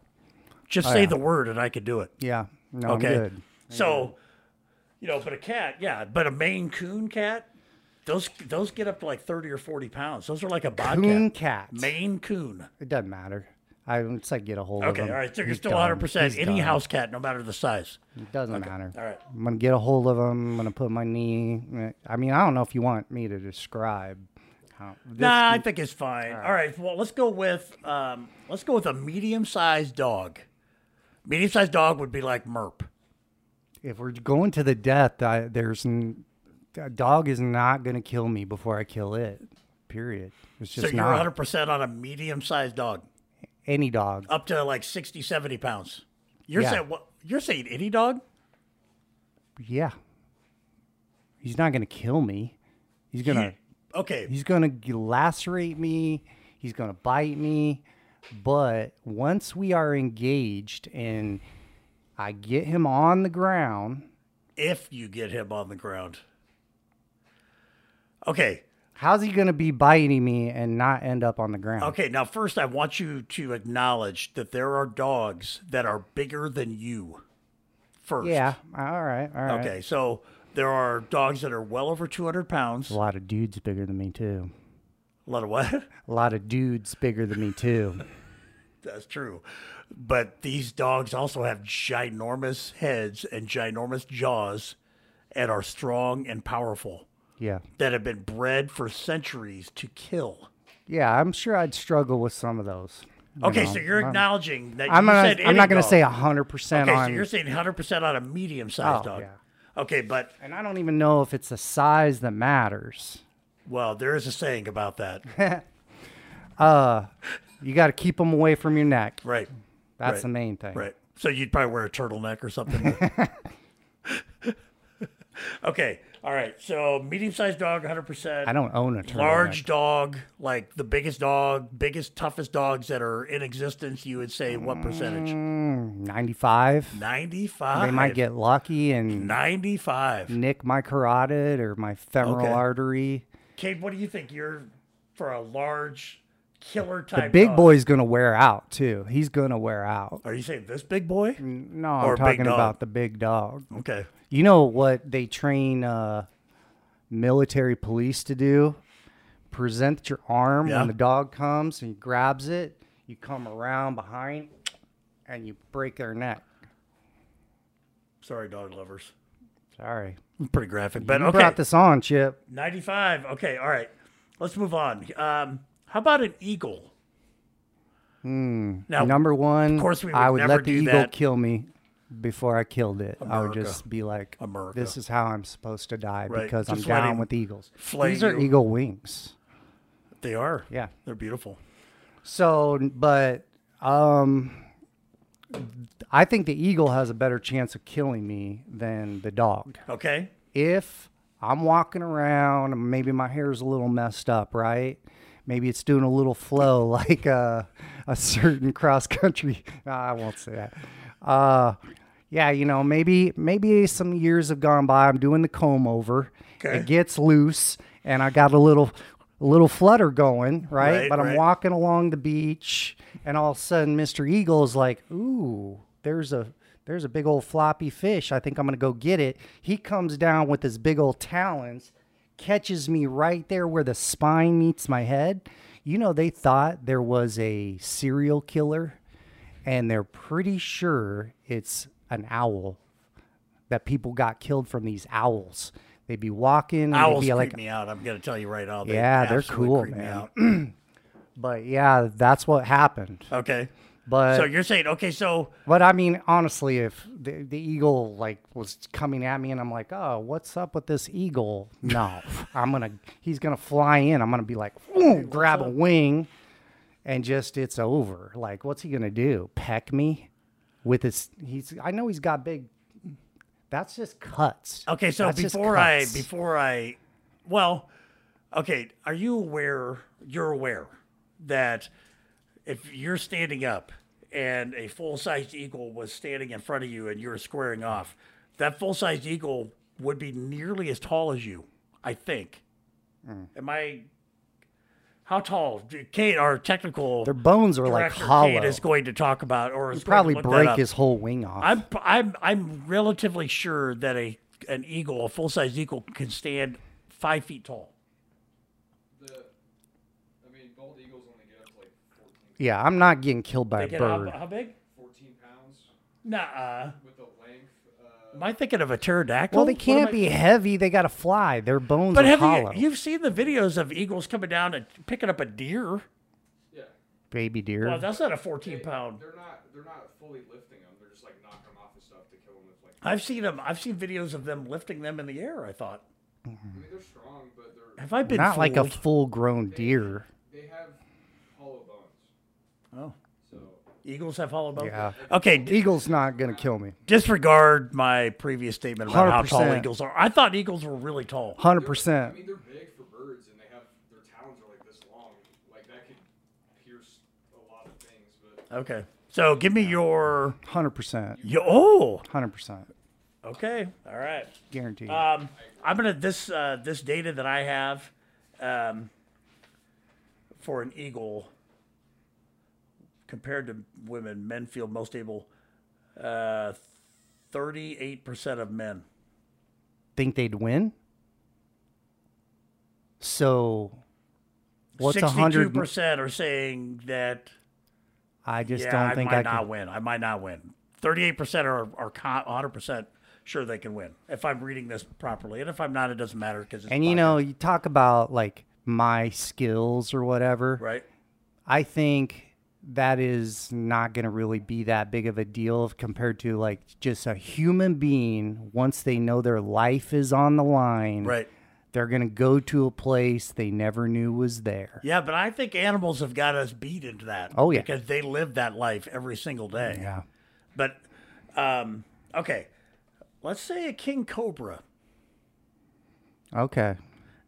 Speaker 2: Just say the word, and I could do it.
Speaker 1: Yeah. No,
Speaker 2: Okay.
Speaker 1: Oh, I'm good.
Speaker 2: So, you know, but a cat, yeah, but a Maine Coon cat, those those get up to like thirty or forty pounds. Those are like a bobcat.
Speaker 1: Coon cat.
Speaker 2: Maine Coon.
Speaker 1: It doesn't matter. I once I get a hold of
Speaker 2: Okay,
Speaker 1: him.
Speaker 2: all right. So you're
Speaker 1: Um, he's
Speaker 2: still
Speaker 1: done.
Speaker 2: 100 percent
Speaker 1: He's
Speaker 2: any
Speaker 1: done.
Speaker 2: house cat, no matter the size.
Speaker 1: It doesn't matter.
Speaker 2: All right.
Speaker 1: I'm gonna get a hold of him. I'm gonna put my knee. I mean, I don't know if you want me to describe. How, this,
Speaker 2: Nah, I think it's fine. All right. Well, let's go with um, let's go with a medium sized dog. Medium sized dog would be like Merp.
Speaker 1: If we're going to the death, I, there's n- a dog is not gonna kill me before I kill it. Period. It's
Speaker 2: So
Speaker 1: just
Speaker 2: you're
Speaker 1: not
Speaker 2: 100 percent on a medium sized dog,
Speaker 1: any dog.
Speaker 2: up to like 60, 70 pounds. You're
Speaker 1: Yeah.
Speaker 2: saying what? You're saying any dog?
Speaker 1: Yeah. He's not gonna kill me. He's gonna.
Speaker 2: Okay.
Speaker 1: He's gonna g- lacerate me. He's gonna bite me. But once we are engaged and I get him on the ground,
Speaker 2: if you get him on the ground. Okay.
Speaker 1: how's he gonna be biting me and not end up on the ground?
Speaker 2: Okay. Now, first, I want you to acknowledge that there are dogs that are bigger than you. First.
Speaker 1: Yeah. All right. All right.
Speaker 2: Okay. So there are dogs that are well over 200 pounds.
Speaker 1: A lot of dudes bigger than me too.
Speaker 2: A lot of what?
Speaker 1: A lot of dudes bigger than me too.
Speaker 2: That's true. But these dogs also have ginormous heads and ginormous jaws and are strong and powerful
Speaker 1: Yeah.
Speaker 2: that have been bred for centuries to kill.
Speaker 1: Yeah. I'm sure I'd struggle with some of those. you
Speaker 2: Okay,
Speaker 1: know.
Speaker 2: so you're acknowledging that
Speaker 1: I'm
Speaker 2: Oh, you
Speaker 1: gonna.
Speaker 2: said
Speaker 1: I'm not
Speaker 2: any
Speaker 1: gonna
Speaker 2: dog.
Speaker 1: say hundred percent
Speaker 2: Okay,
Speaker 1: on.
Speaker 2: so you're saying 100% on a medium sized
Speaker 1: Oh,
Speaker 2: dog.
Speaker 1: yeah.
Speaker 2: Okay, but,
Speaker 1: and I don't even know if it's the size that matters.
Speaker 2: well, there is a saying about that.
Speaker 1: You got to keep them away from your neck.
Speaker 2: Right.
Speaker 1: That's
Speaker 2: Right.
Speaker 1: the main thing.
Speaker 2: Right. So you'd probably wear a turtleneck or something. okay. All right. So medium sized dog, 100%.
Speaker 1: I don't own a turtleneck.
Speaker 2: Large dog, like the biggest dog, biggest, toughest dogs that are in existence, you would say what percentage?
Speaker 1: Mm, 95.
Speaker 2: 95.
Speaker 1: They might get lucky and
Speaker 2: 95.
Speaker 1: nick my carotid or my femoral
Speaker 2: Okay.
Speaker 1: artery.
Speaker 2: Cade, what do you think? You're for a large killer type
Speaker 1: Big
Speaker 2: dog.
Speaker 1: boy's going to wear out too. He's going to wear out.
Speaker 2: Are you saying this big boy?
Speaker 1: No,
Speaker 2: Or
Speaker 1: I'm
Speaker 2: a big
Speaker 1: talking
Speaker 2: dog.
Speaker 1: about the big dog.
Speaker 2: Okay.
Speaker 1: You know what they train uh, military police to do? Present your arm
Speaker 2: Yeah.
Speaker 1: when the dog comes and grabs it. You come around behind and you break their neck.
Speaker 2: Sorry, dog lovers.
Speaker 1: Sorry.
Speaker 2: Pretty graphic, but
Speaker 1: you
Speaker 2: okay.
Speaker 1: brought this on, Chip.
Speaker 2: 95. Okay, all right. Let's move on. Um, how about an eagle?
Speaker 1: Hmm.
Speaker 2: now,
Speaker 1: Number one,
Speaker 2: of course we would
Speaker 1: I would
Speaker 2: never
Speaker 1: let the
Speaker 2: do
Speaker 1: eagle
Speaker 2: that.
Speaker 1: kill me before I killed it. I would
Speaker 2: America.
Speaker 1: just be like,
Speaker 2: America.
Speaker 1: this is how I'm supposed to die
Speaker 2: Right.
Speaker 1: because
Speaker 2: Just
Speaker 1: I'm
Speaker 2: let
Speaker 1: down
Speaker 2: him
Speaker 1: with eagles.
Speaker 2: flay
Speaker 1: These are
Speaker 2: you.
Speaker 1: eagle wings.
Speaker 2: They are.
Speaker 1: Yeah.
Speaker 2: They're beautiful.
Speaker 1: So, but um, I think the eagle has a better chance of killing me than the dog.
Speaker 2: Okay.
Speaker 1: If I'm walking around and maybe my hair's a little messed up, right? Maybe it's doing a little flow like a, a certain cross country. no, I won't say that. Uh, yeah, you know, maybe maybe some years have gone by. I'm doing the comb over.
Speaker 2: Okay.
Speaker 1: It gets loose, and I got a little a little flutter going, right? right?
Speaker 2: Right,
Speaker 1: but I'm
Speaker 2: right.
Speaker 1: walking along the beach, and all of a sudden, Mr. Eagle's like, "Ooh, there's a there's a big old floppy fish. I think I'm gonna go get it." He comes down with his big old talons, catches me right there where the spine meets my head. You know, they thought there was a serial killer, and they're pretty sure it's an owl that people got killed from these owls. They'd be walking, and
Speaker 2: Owls
Speaker 1: they'd be
Speaker 2: creep
Speaker 1: like,
Speaker 2: me out. I'm going to tell you right now. They
Speaker 1: Yeah, they're
Speaker 2: absolutely
Speaker 1: cool,
Speaker 2: creep me
Speaker 1: man.
Speaker 2: out.
Speaker 1: but yeah, that's what happened.
Speaker 2: Okay.
Speaker 1: But
Speaker 2: so you're saying, okay, so
Speaker 1: But I mean, honestly, if the, the eagle like was coming at me and I'm like, oh, what's up with this eagle? No, I'm gonna, he's gonna fly in. I'm gonna be like, "Ooh," grab a wing, and just it's over. Like, what's he gonna do? Peck me with his? He's. I know he's got big. That's just cuts.
Speaker 2: Okay, so
Speaker 1: That's just
Speaker 2: before I
Speaker 1: cuts.
Speaker 2: before I well, okay, are you aware you're aware that if you're standing up and a full-sized eagle was standing in front of you and you were squaring off, that full-sized eagle would be nearly as tall as you, I think.
Speaker 1: Hmm.
Speaker 2: Am I how tall? Kate, our technical
Speaker 1: their bones are like
Speaker 2: director,
Speaker 1: hollow.
Speaker 2: Kate is going to talk about, or is going to
Speaker 1: Probably
Speaker 2: look that
Speaker 1: break
Speaker 2: up.
Speaker 1: his whole wing off.
Speaker 2: I'm I'm I'm relatively sure that a an eagle, a full size eagle, can stand five feet tall.
Speaker 3: The, I mean, bald eagles only get up to like 14,
Speaker 1: yeah, I'm not getting killed by a
Speaker 2: Again, how,
Speaker 1: bird.
Speaker 2: how big?
Speaker 3: 14 pounds
Speaker 2: Nah.
Speaker 3: with the length. Uh,
Speaker 2: Am I thinking of a pterodactyl?
Speaker 1: Well, they
Speaker 2: What am
Speaker 1: can't
Speaker 2: I-
Speaker 1: be heavy. They got to fly. Their bones
Speaker 2: But
Speaker 1: are
Speaker 2: have
Speaker 1: hollow.
Speaker 2: you you've seen the videos of eagles coming down and picking up a deer?
Speaker 3: yeah,
Speaker 1: Baby deer.
Speaker 2: Well, that's not a fourteen pound.
Speaker 3: they're not they're not fully lifting them. They're just like knocking them off and stuff to kill them with like.
Speaker 2: I've seen them. I've seen videos of them lifting them in the air. I thought,
Speaker 3: I mean, they're strong, but they're
Speaker 2: have I been
Speaker 1: Not like a
Speaker 2: fooled?
Speaker 1: full grown deer.
Speaker 3: they have hollow bones.
Speaker 2: Oh.
Speaker 3: So
Speaker 2: eagles have hollow bones?
Speaker 1: Yeah.
Speaker 2: Okay, d-
Speaker 1: Eagle's not going to kill me.
Speaker 2: disregard my previous statement about how tall
Speaker 1: 100%.
Speaker 2: eagles are. I thought eagles were really tall.
Speaker 1: 100%.
Speaker 3: I mean, they're big for birds, and they have their talons are like this long. Like that could pierce a lot of things, but
Speaker 2: Okay, so give me your
Speaker 1: 100%.
Speaker 2: Yo, oh,
Speaker 1: 100%.
Speaker 2: okay, all right.
Speaker 1: Guaranteed.
Speaker 2: Um, I'm gonna this uh, this data that I have um, for an eagle compared to women, men feel most able. uh, Thirty-eight percent of men.
Speaker 1: Think they'd win? So, what's a 100?
Speaker 2: percent are saying that?
Speaker 1: I just
Speaker 2: yeah,
Speaker 1: don't
Speaker 2: I
Speaker 1: think
Speaker 2: might
Speaker 1: I
Speaker 2: not
Speaker 1: can.
Speaker 2: win. I might not win. Thirty-eight percent are are hundred percent sure they can win. If I'm reading this properly, and if I'm not, it doesn't matter because
Speaker 1: And you know, you talk about like my skills or whatever.
Speaker 2: right?
Speaker 1: I think that is not going to really be that big of a deal if compared to like just a human being once they know their life is on the line.
Speaker 2: Right.
Speaker 1: They're going to go to a place they never knew was there.
Speaker 2: Yeah, but I think animals have got us beat into that.
Speaker 1: Oh, yeah.
Speaker 2: because they live that life every single day.
Speaker 1: Yeah.
Speaker 2: But um, okay, let's say a king cobra.
Speaker 1: Okay.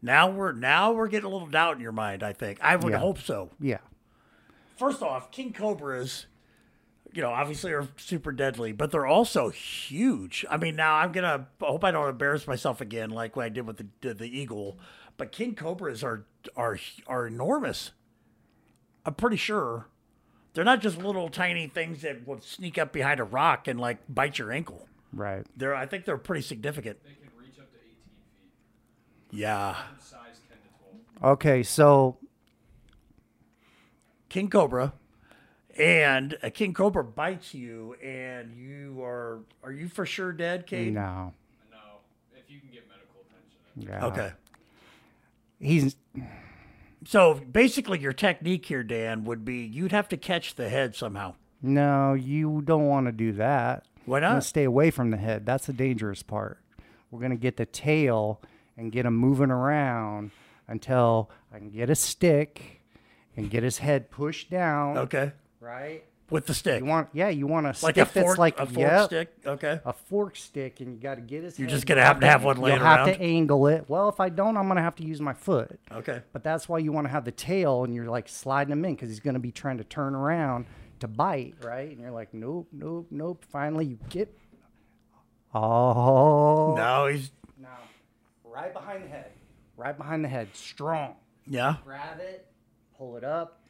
Speaker 2: Now we're now we're getting a little doubt in your mind. I think I would
Speaker 1: Yeah.
Speaker 2: hope so.
Speaker 1: Yeah.
Speaker 2: First off, king cobras, you know, obviously are super deadly, but they're also huge. I mean, now I'm gonna I hope I don't embarrass myself again, like what I did with the the, the eagle. But king cobras are are are enormous. I'm pretty sure they're not just little tiny things that would sneak up behind a rock and like bite your ankle.
Speaker 1: Right.
Speaker 2: They're I think they're pretty significant.
Speaker 3: They can reach up to 18 feet,
Speaker 2: Yeah,
Speaker 3: size 10 to 12.
Speaker 1: Okay. So,
Speaker 2: king cobra and a king cobra bites you and you are are you for sure dead kate
Speaker 1: no.
Speaker 3: No, if you can get medical attention.
Speaker 1: Yeah.
Speaker 2: okay
Speaker 1: He's
Speaker 2: so basically your technique here dan would be you'd have to catch the head somehow
Speaker 1: no, you don't want to do that.
Speaker 2: why
Speaker 1: I'm
Speaker 2: not
Speaker 1: gonna stay away from the head. That's the dangerous part. We're gonna get the tail and get him moving around until I can get a stick and get his head pushed down.
Speaker 2: okay
Speaker 1: Right.
Speaker 2: with the stick
Speaker 1: You want yeah. You want a
Speaker 2: like
Speaker 1: stick
Speaker 2: a fork
Speaker 1: that's like
Speaker 2: a fork
Speaker 1: yep,
Speaker 2: stick okay
Speaker 1: a fork stick, and you got to get his.
Speaker 2: you're
Speaker 1: head
Speaker 2: just gonna have to have one
Speaker 1: You'll
Speaker 2: laying
Speaker 1: have
Speaker 2: around
Speaker 1: to angle it. Well, if I don't, I'm gonna have to use my foot.
Speaker 2: okay
Speaker 1: But that's why you want to have the tail, and you're like sliding him in because he's gonna be trying to turn around to bite, right? And you're like, nope, nope, nope. Finally, you get. Oh.
Speaker 2: no he's
Speaker 1: Now, right behind the head. Right behind the head. Strong.
Speaker 2: yeah
Speaker 1: Grab it. Pull it up.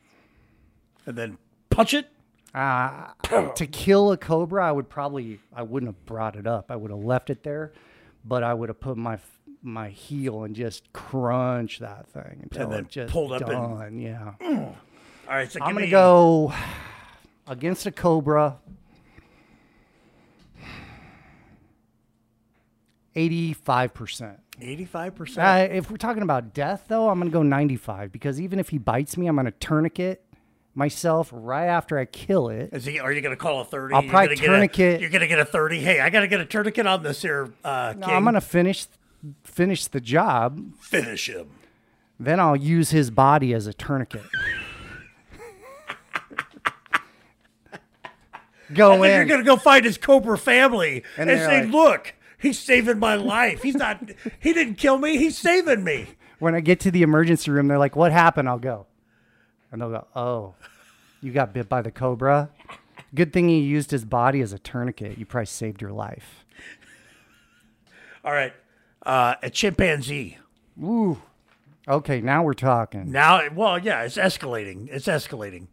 Speaker 2: and then punch it
Speaker 1: Uh, to kill a cobra, I would probably I wouldn't have brought it up. I would have left it there, but I would have put my my heel and just crunch that thing until
Speaker 2: then
Speaker 1: it just
Speaker 2: pulled up and-
Speaker 1: done. yeah,
Speaker 2: all right so
Speaker 1: I'm
Speaker 2: give
Speaker 1: gonna
Speaker 2: me-
Speaker 1: go against a cobra. Eighty-five percent.
Speaker 2: 85%
Speaker 1: Uh, if we're talking about death, though, I'm gonna go 95 because even if he bites me, I'm gonna tourniquet myself right after I kill it.
Speaker 2: Is he? Are you going to call a thirty?
Speaker 1: I'll
Speaker 2: You're
Speaker 1: probably
Speaker 2: gonna get a-
Speaker 1: tourniquet.
Speaker 2: you're going to get a thirty. Hey, I got to get a tourniquet on this here. Uh,
Speaker 1: No,
Speaker 2: king.
Speaker 1: I'm gonna finish finish the job.
Speaker 2: finish him.
Speaker 1: Then I'll use his body as a tourniquet. go
Speaker 2: And
Speaker 1: in.
Speaker 2: then you're going to go find his Cobra family
Speaker 1: And
Speaker 2: and,
Speaker 1: they're
Speaker 2: say,
Speaker 1: like-
Speaker 2: "Look, he's saving my life. He's not. he didn't kill me. He's saving me."
Speaker 1: when I get to the emergency room, they're like, "What happened?" I'll go, and they'll go, "Oh, you got bit by the cobra. Good thing he used his body as a tourniquet. You probably saved your life."
Speaker 2: All right, uh, a chimpanzee.
Speaker 1: Ooh. Okay, now we're talking.
Speaker 2: Now, well, yeah, it's escalating. It's escalating.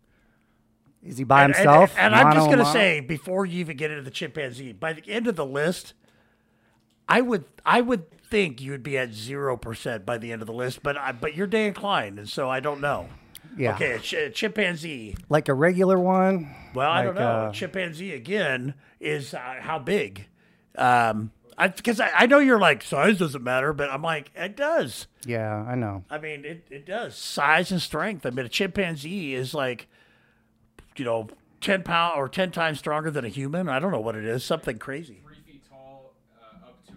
Speaker 1: Is he by
Speaker 2: And- and-
Speaker 1: himself?
Speaker 2: And, I'm
Speaker 1: Mono,
Speaker 2: just going to
Speaker 1: mono?
Speaker 2: say, before you even get into the chimpanzee, by the end of the list, I would I would think you'd be at zero percent by the end of the list. But I, but you're Dan Klein, and so I don't know.
Speaker 1: yeah,
Speaker 2: Okay, a, ch- a chimpanzee.
Speaker 1: like a regular one.
Speaker 2: Well, I don't
Speaker 1: Like,
Speaker 2: know.
Speaker 1: uh,
Speaker 2: chimpanzee again is uh, how big? Um, I because I, I know you're like size doesn't matter, but I'm like it does.
Speaker 1: Yeah, I know.
Speaker 2: I mean, it, it does. Size and strength. I mean, a chimpanzee is like, you know, 10 pound or 10 times stronger than a human. I don't know what it is. Something crazy.
Speaker 3: Three feet tall, uh, up to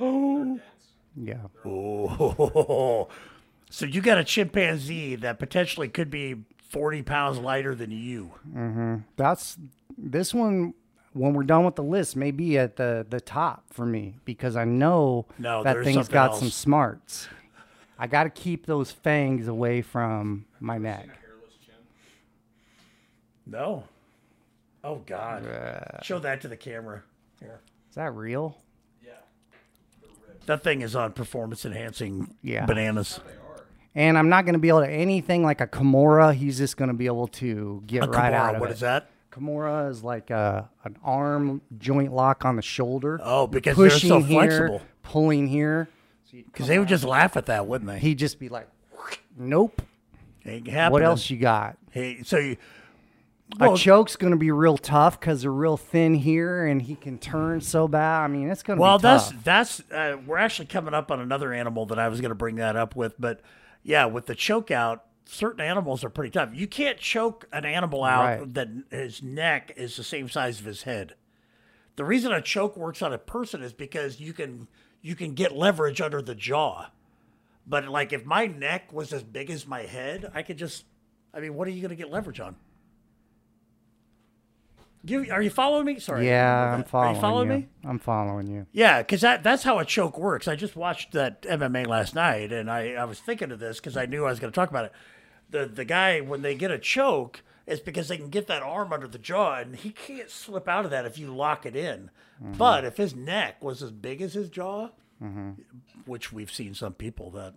Speaker 3: 130 pounds. They're dense.
Speaker 1: Yeah,
Speaker 2: Oh. So you got a chimpanzee that potentially could be 40 pounds lighter than you.
Speaker 1: that's this one. When we're done with the list, may be at the the top for me because I know
Speaker 2: No,
Speaker 1: that
Speaker 2: there's
Speaker 1: thing's
Speaker 2: something
Speaker 1: got some
Speaker 2: else.
Speaker 1: smarts. I got to keep those fangs away from my neck.
Speaker 3: Hairless chin.
Speaker 2: No. Oh, God. Show that to the camera. Here.
Speaker 1: Is that real?
Speaker 3: Yeah. They're ripped.
Speaker 2: That thing is on performance enhancing
Speaker 1: Yeah.
Speaker 2: bananas.
Speaker 3: They are.
Speaker 1: And I'm not going to be able to anything like a Kimura. He's just going to be able to get
Speaker 2: A
Speaker 1: right
Speaker 2: Kimura,
Speaker 1: out of
Speaker 2: what
Speaker 1: it.
Speaker 2: is that?
Speaker 1: Kimura is like a, an arm joint lock on the shoulder.
Speaker 2: Oh, because they're
Speaker 1: pushing
Speaker 2: so
Speaker 1: here,
Speaker 2: flexible.
Speaker 1: pulling here. So you'd
Speaker 2: Because
Speaker 1: come
Speaker 2: they would
Speaker 1: out.
Speaker 2: just laugh at that, wouldn't they?
Speaker 1: he'd just be like, "Nope."
Speaker 2: Ain't
Speaker 1: What
Speaker 2: happening.
Speaker 1: else you got?
Speaker 2: Hey, so you,
Speaker 1: a
Speaker 2: Well-
Speaker 1: choke's gonna be real tough because they're real thin here, and he can turn so bad. I mean, it's gonna
Speaker 2: well,
Speaker 1: be
Speaker 2: that's
Speaker 1: tough.
Speaker 2: that's uh, we're actually coming up on another animal that I was going to bring that up with, but yeah, with the choke out, certain animals are pretty tough. You can't choke an animal out
Speaker 1: Right.
Speaker 2: that his neck is the same size of his head. The reason a choke works on a person is because you can you can get leverage under the jaw. But like if my neck was as big as my head, I could just I mean, what are you going to get leverage on? You, are you following me? Sorry.
Speaker 1: Yeah, I'm following
Speaker 2: Are you following me?
Speaker 1: I'm following you.
Speaker 2: Yeah, because that, that's how a choke works. I just watched that MMA last night, and I, I was thinking of this because I knew I was going to talk about it. The the guy when they get a choke, it's because they can get that arm under the jaw, and he can't slip out of that if you lock it in. But if his neck was as big as his jaw, which we've seen some people that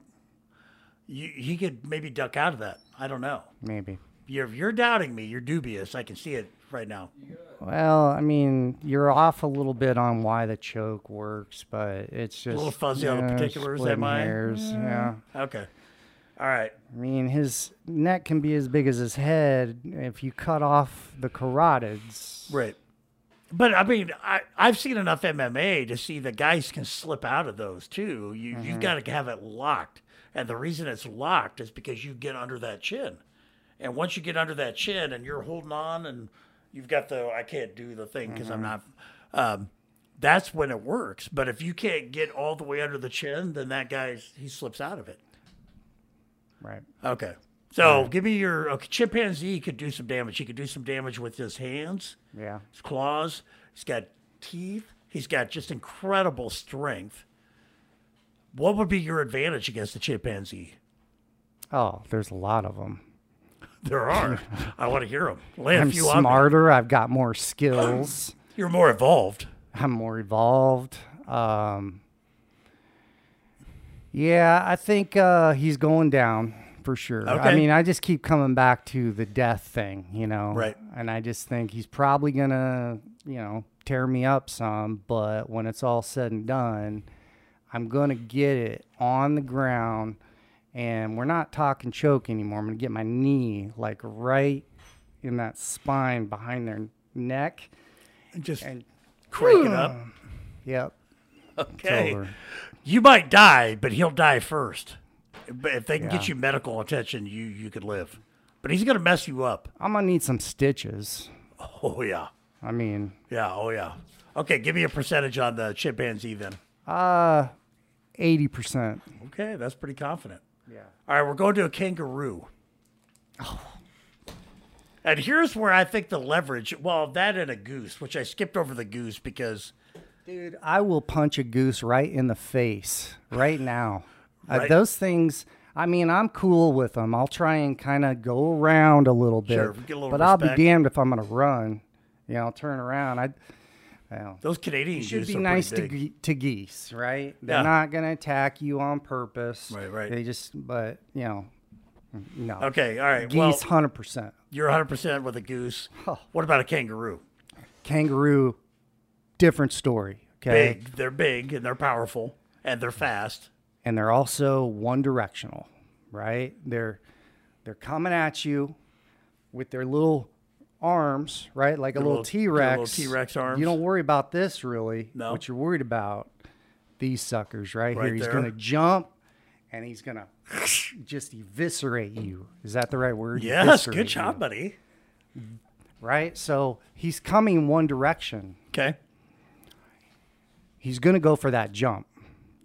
Speaker 2: you, he could maybe duck out of that. I don't know.
Speaker 1: Maybe.
Speaker 2: You're you're doubting me. You're dubious. I can see it right now.
Speaker 1: Well, I mean, you're off a little bit on why the choke works, but it's just
Speaker 2: little fuzzy on the
Speaker 1: yeah,
Speaker 2: particulars,
Speaker 1: splitting
Speaker 2: am I?
Speaker 1: hairs, Yeah.
Speaker 2: Okay. All right.
Speaker 1: I mean, his neck can be as big as his head if you cut off the carotids.
Speaker 2: Right. But I mean, I, I've seen enough MMA to see that guys can slip out of those too. You you've got to have it locked, and the reason it's locked is because you get under that chin, and once you get under that chin and you're holding on, and you've got the I can't do the thing because I'm not. Um, that's when it works. But if you can't get all the way under the chin, then that guy's he slips out of it.
Speaker 1: Right.
Speaker 2: Okay. So give me your okay, chimpanzee could do some damage. He could do some damage with his hands
Speaker 1: Yeah.
Speaker 2: his claws. He's got teeth. He's got just incredible strength. What would be your advantage against a chimpanzee?
Speaker 1: Oh, there's a lot of them.
Speaker 2: There are. I want to hear them. Lay a
Speaker 1: I'm
Speaker 2: few on me.
Speaker 1: smarter. I've got more skills.
Speaker 2: You're more evolved.
Speaker 1: I'm more evolved. Um, yeah, I think uh, he's going down for sure. I
Speaker 2: Okay.
Speaker 1: mean, I just keep coming back to the death thing, you know.
Speaker 2: Right.
Speaker 1: And I just think he's probably gonna, you know, tear me up some. But when it's all said and done, I'm gonna get it on the ground, and we're not talking choke anymore. I'm gonna get my knee like right in that spine behind their neck.
Speaker 2: And just crank it up.
Speaker 1: Yep.
Speaker 2: Okay.
Speaker 1: over.
Speaker 2: You might die, but he'll die first. But if they can get
Speaker 1: Yeah.
Speaker 2: you medical attention, you you could live. But he's gonna mess you up.
Speaker 1: I'm gonna need some stitches.
Speaker 2: Oh yeah.
Speaker 1: I mean,
Speaker 2: Yeah, oh yeah. Okay, give me a percentage on the chimpanzee then.
Speaker 1: uh, eighty percent.
Speaker 2: Okay, that's pretty confident.
Speaker 1: Yeah.
Speaker 2: All right, we're going to a kangaroo. And here's where I think the leverage, well, that and a goose, which I skipped over the goose because
Speaker 1: Dude, I will punch a goose right in the face right now. Uh,
Speaker 2: Right.
Speaker 1: those things. I mean, I'm cool with them. I'll try and kind of go around a little bit,
Speaker 2: Sure, get a little
Speaker 1: but I'll be
Speaker 2: respect.
Speaker 1: damned if I'm gonna run. You know, turn around. I
Speaker 2: those Canadian
Speaker 1: should
Speaker 2: geese
Speaker 1: be
Speaker 2: are
Speaker 1: nice
Speaker 2: pretty
Speaker 1: to,
Speaker 2: big.
Speaker 1: ge- to geese, right? They're
Speaker 2: Yeah.
Speaker 1: not gonna attack you on purpose.
Speaker 2: Right, right.
Speaker 1: They just, but you know, no.
Speaker 2: Okay, all right. Well,
Speaker 1: Geese, Oh. hundred percent.
Speaker 2: you're 100% with a goose.
Speaker 1: Huh.
Speaker 2: What about a kangaroo?
Speaker 1: kangaroo different story okay
Speaker 2: Big. They're big and they're powerful and they're fast.
Speaker 1: and they're also one directional right they're they're coming at you with their little arms right like a little,
Speaker 2: little- their
Speaker 1: t-rex
Speaker 2: little T-Rex arms.
Speaker 1: you don't worry about this really
Speaker 2: No.
Speaker 1: what you're worried about these suckers right,
Speaker 2: Right
Speaker 1: here he's
Speaker 2: there.
Speaker 1: gonna jump and he's gonna just eviscerate you is that the right word
Speaker 2: Yes, good
Speaker 1: Eviscerate
Speaker 2: job,
Speaker 1: you,
Speaker 2: buddy.
Speaker 1: right so he's coming one direction
Speaker 2: Okay.
Speaker 1: he's going to go for that jump.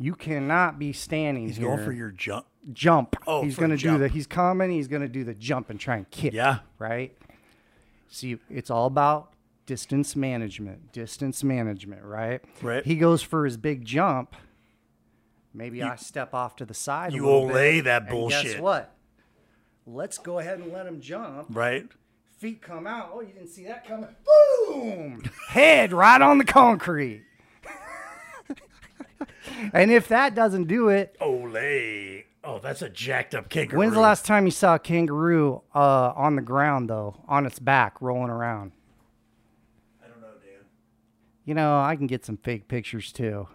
Speaker 1: You cannot be standing
Speaker 2: He's
Speaker 1: here.
Speaker 2: going for your jump.
Speaker 1: jump.
Speaker 2: Oh,
Speaker 1: he's
Speaker 2: for the
Speaker 1: gonna do the.
Speaker 2: jump.
Speaker 1: He's coming. He's going to do the jump and try and kick.
Speaker 2: Yeah.
Speaker 1: Right. See, it's all about distance management. Distance management. Right.
Speaker 2: Right.
Speaker 1: He goes for his big jump. Maybe I step off to the side.
Speaker 2: you
Speaker 1: a little
Speaker 2: olay
Speaker 1: bit,
Speaker 2: that
Speaker 1: and
Speaker 2: bullshit.
Speaker 1: guess what? Let's go ahead and let him jump.
Speaker 2: Right?
Speaker 1: Feet come out. Oh, you didn't see that coming. Boom! Head right on the concrete. and if that doesn't do it,
Speaker 2: Olay. Oh, that's a jacked up kangaroo.
Speaker 1: when's the last time you saw a kangaroo uh, on the ground, though, on its back, rolling around?
Speaker 2: I don't know, Dan.
Speaker 1: You know, I can get some fake pictures too.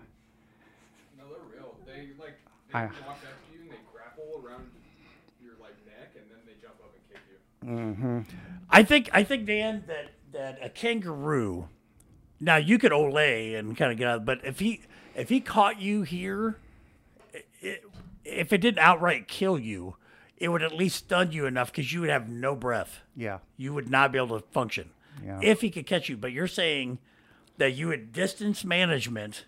Speaker 3: No, they're real. They like they
Speaker 1: I-
Speaker 3: walk up to you and they grapple around your like neck and then they jump up and kick you.
Speaker 2: I think I think Dan that that a kangaroo. Now you could olay and kind of get out, but if he if he caught you here, it, if it didn't outright kill you, it would at least stun you enough because you would have no breath.
Speaker 1: Yeah.
Speaker 2: You would not be able to function
Speaker 1: Yeah.
Speaker 2: if he could catch you. But you're saying that you would distance management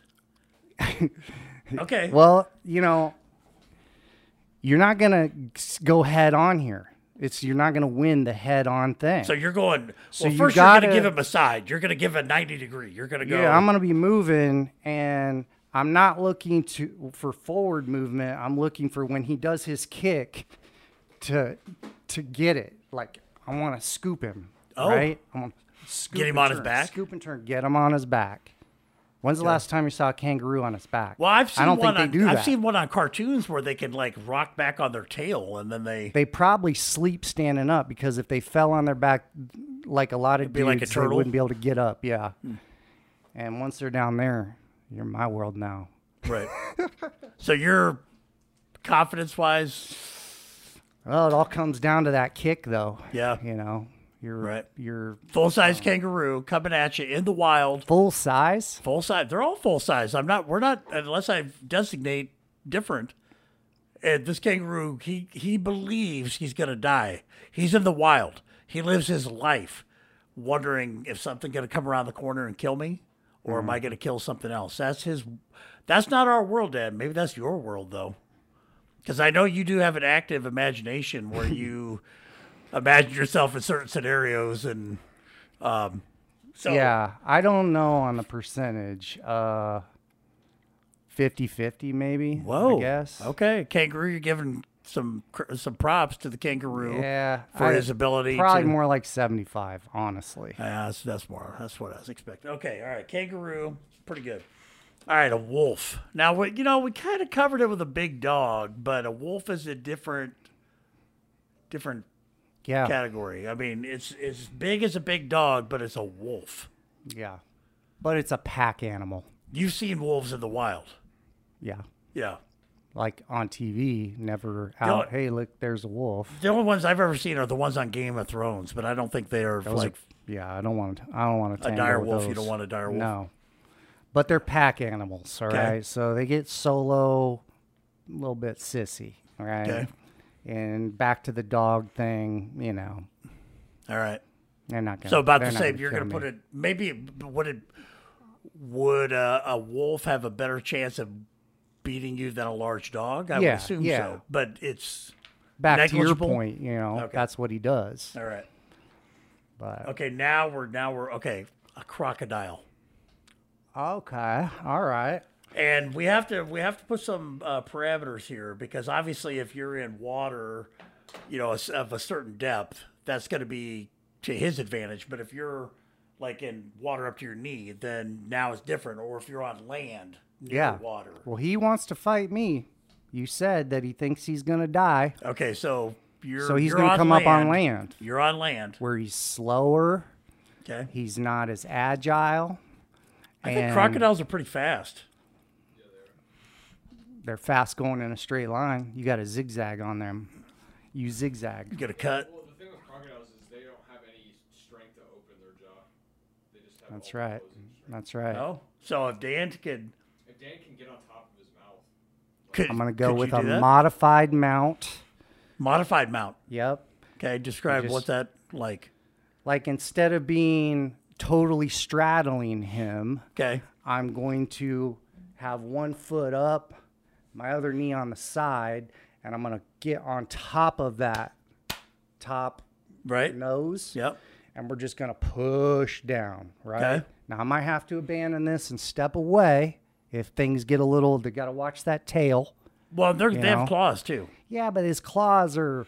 Speaker 2: Okay.
Speaker 1: Well, you know, you're not gonna s- go head on here. It's you're not gonna win the head on thing.
Speaker 2: so you're going.
Speaker 1: So
Speaker 2: well,
Speaker 1: you
Speaker 2: 1st
Speaker 1: gotta-
Speaker 2: you're going to give him a side. You're going to give a 90 degree. You're going to go.
Speaker 1: yeah, I'm gonna be moving, and I'm not looking to for forward movement. I'm looking for when he does his kick to to get it. Like I want to scoop him.
Speaker 2: Oh.
Speaker 1: Right. I'm gonna scoop
Speaker 2: Get him
Speaker 1: and
Speaker 2: on his
Speaker 1: turn,
Speaker 2: back?
Speaker 1: Scoop and turn. Get him on his back. When's the last time you saw a kangaroo on its back?
Speaker 2: well, I've seen
Speaker 1: I don't
Speaker 2: one
Speaker 1: think they
Speaker 2: on,
Speaker 1: do that.
Speaker 2: I've seen one on cartoons where they can like rock back on their tail and then they.
Speaker 1: they probably sleep standing up because if they fell on their back like a lot of
Speaker 2: be
Speaker 1: dudes,
Speaker 2: like a
Speaker 1: they
Speaker 2: turtle. Hmm.
Speaker 1: wouldn't be able to get up. Yeah. And once they're down there, you're my world now.
Speaker 2: right. so you're confidence wise.
Speaker 1: Well, it all comes down to that kick, though.
Speaker 2: Yeah.
Speaker 1: You know, you're
Speaker 2: Right.
Speaker 1: you're
Speaker 2: Full
Speaker 1: Oh.
Speaker 2: size kangaroo coming at you in the wild.
Speaker 1: full size.
Speaker 2: Full size. They're all full size. I'm not. We're not unless I designate different. And this kangaroo, he he believes he's gonna die. He's in the wild. He lives his life, wondering if something's gonna come around the corner and kill me, or am I gonna kill something else? That's his. That's not our world, Dad. Maybe that's your world though, because I know you do have an active imagination where you imagine yourself in certain scenarios and. Um, so
Speaker 1: Yeah. I don't know on the percentage. Uh 50-50 maybe.
Speaker 2: Whoa.
Speaker 1: I guess.
Speaker 2: Okay. Kangaroo, you're giving some cr- some props to the kangaroo
Speaker 1: Yeah.
Speaker 2: for
Speaker 1: I-
Speaker 2: his ability
Speaker 1: Probably
Speaker 2: to.
Speaker 1: more like seventy-five, honestly.
Speaker 2: Yeah, that's, that's more. That's what I was expecting. Okay. All right. Kangaroo, pretty good. All right. A wolf. Now, we, you know, we kind of covered it with a big dog, but a wolf is a different different
Speaker 1: Yeah.
Speaker 2: category. I mean, it's it's big as a big dog, but it's a wolf.
Speaker 1: Yeah. But it's a pack animal.
Speaker 2: You've seen wolves in the wild.
Speaker 1: Yeah.
Speaker 2: Yeah.
Speaker 1: Like on TV, never out. Hey, look, there's a wolf.
Speaker 2: The only ones I've ever seen are the ones on Game of Thrones, but I don't think they are
Speaker 1: Those are-
Speaker 2: like
Speaker 1: yeah, I don't want to. I don't want to.
Speaker 2: a dire wolf. You don't want a dire wolf.
Speaker 1: No, but they're pack animals. all right.
Speaker 2: Okay.
Speaker 1: so they get solo, a little bit sissy. All right,
Speaker 2: Okay.
Speaker 1: and back to the dog thing. You know,
Speaker 2: All right.
Speaker 1: they're not gonna.
Speaker 2: So about
Speaker 1: they're
Speaker 2: the
Speaker 1: not
Speaker 2: same. You're
Speaker 1: kill
Speaker 2: going to put
Speaker 1: me.
Speaker 2: it. Maybe it- would it would uh, a wolf have a better chance of beating you than a large dog? I
Speaker 1: Yeah,
Speaker 2: would assume
Speaker 1: yeah.
Speaker 2: so. But it's
Speaker 1: back
Speaker 2: negligible?
Speaker 1: to your point. You know,
Speaker 2: Okay.
Speaker 1: that's what he does.
Speaker 2: all right.
Speaker 1: But
Speaker 2: Okay. Now we're now we're okay. A crocodile, Oh.
Speaker 1: okay, all right.
Speaker 2: and we have to we have to put some uh, parameters here because obviously if you're in water, you know s- of a certain depth, that's going to be to his advantage. But if you're like in water up to your knee, then now it's different. Or if you're on land near
Speaker 1: Yeah.
Speaker 2: water,
Speaker 1: Well, he wants to fight me. You said that he thinks he's gonna die,
Speaker 2: Okay, so you're
Speaker 1: so he's
Speaker 2: you're
Speaker 1: gonna
Speaker 2: on
Speaker 1: come
Speaker 2: land.
Speaker 1: up on land
Speaker 2: You're on land.
Speaker 1: where he's slower.
Speaker 2: Okay.
Speaker 1: He's not as agile.
Speaker 2: I think
Speaker 1: and
Speaker 2: crocodiles are pretty fast.
Speaker 1: They're fast going in a straight line. You got to zigzag on them. You zigzag.
Speaker 2: You get a cut.
Speaker 3: Well, the thing with crocodiles is they don't have any strength to open their jaw. They just have
Speaker 1: That's
Speaker 3: all the
Speaker 1: right.
Speaker 3: closing strength.
Speaker 1: That's right.
Speaker 2: Oh. So if Dan could
Speaker 3: If Dan can get on top of his mouth,
Speaker 2: could
Speaker 1: I'm gonna go
Speaker 2: could
Speaker 1: with
Speaker 2: you
Speaker 1: a
Speaker 2: do that?
Speaker 1: modified mount.
Speaker 2: modified mount.
Speaker 1: Yep.
Speaker 2: Okay, describe
Speaker 1: just-
Speaker 2: what that like.
Speaker 1: Like instead of being totally straddling him,
Speaker 2: Okay.
Speaker 1: I'm going to have one foot up, my other knee on the side, and I'm gonna get on top of that top
Speaker 2: Right?
Speaker 1: nose.
Speaker 2: Yep.
Speaker 1: and we're just going to push down, right?
Speaker 2: Okay.
Speaker 1: Now I might have to abandon this and step away if things get a little. They got to watch that tail.
Speaker 2: Well, they're, they
Speaker 1: know.
Speaker 2: have claws too.
Speaker 1: Yeah, but his claws are,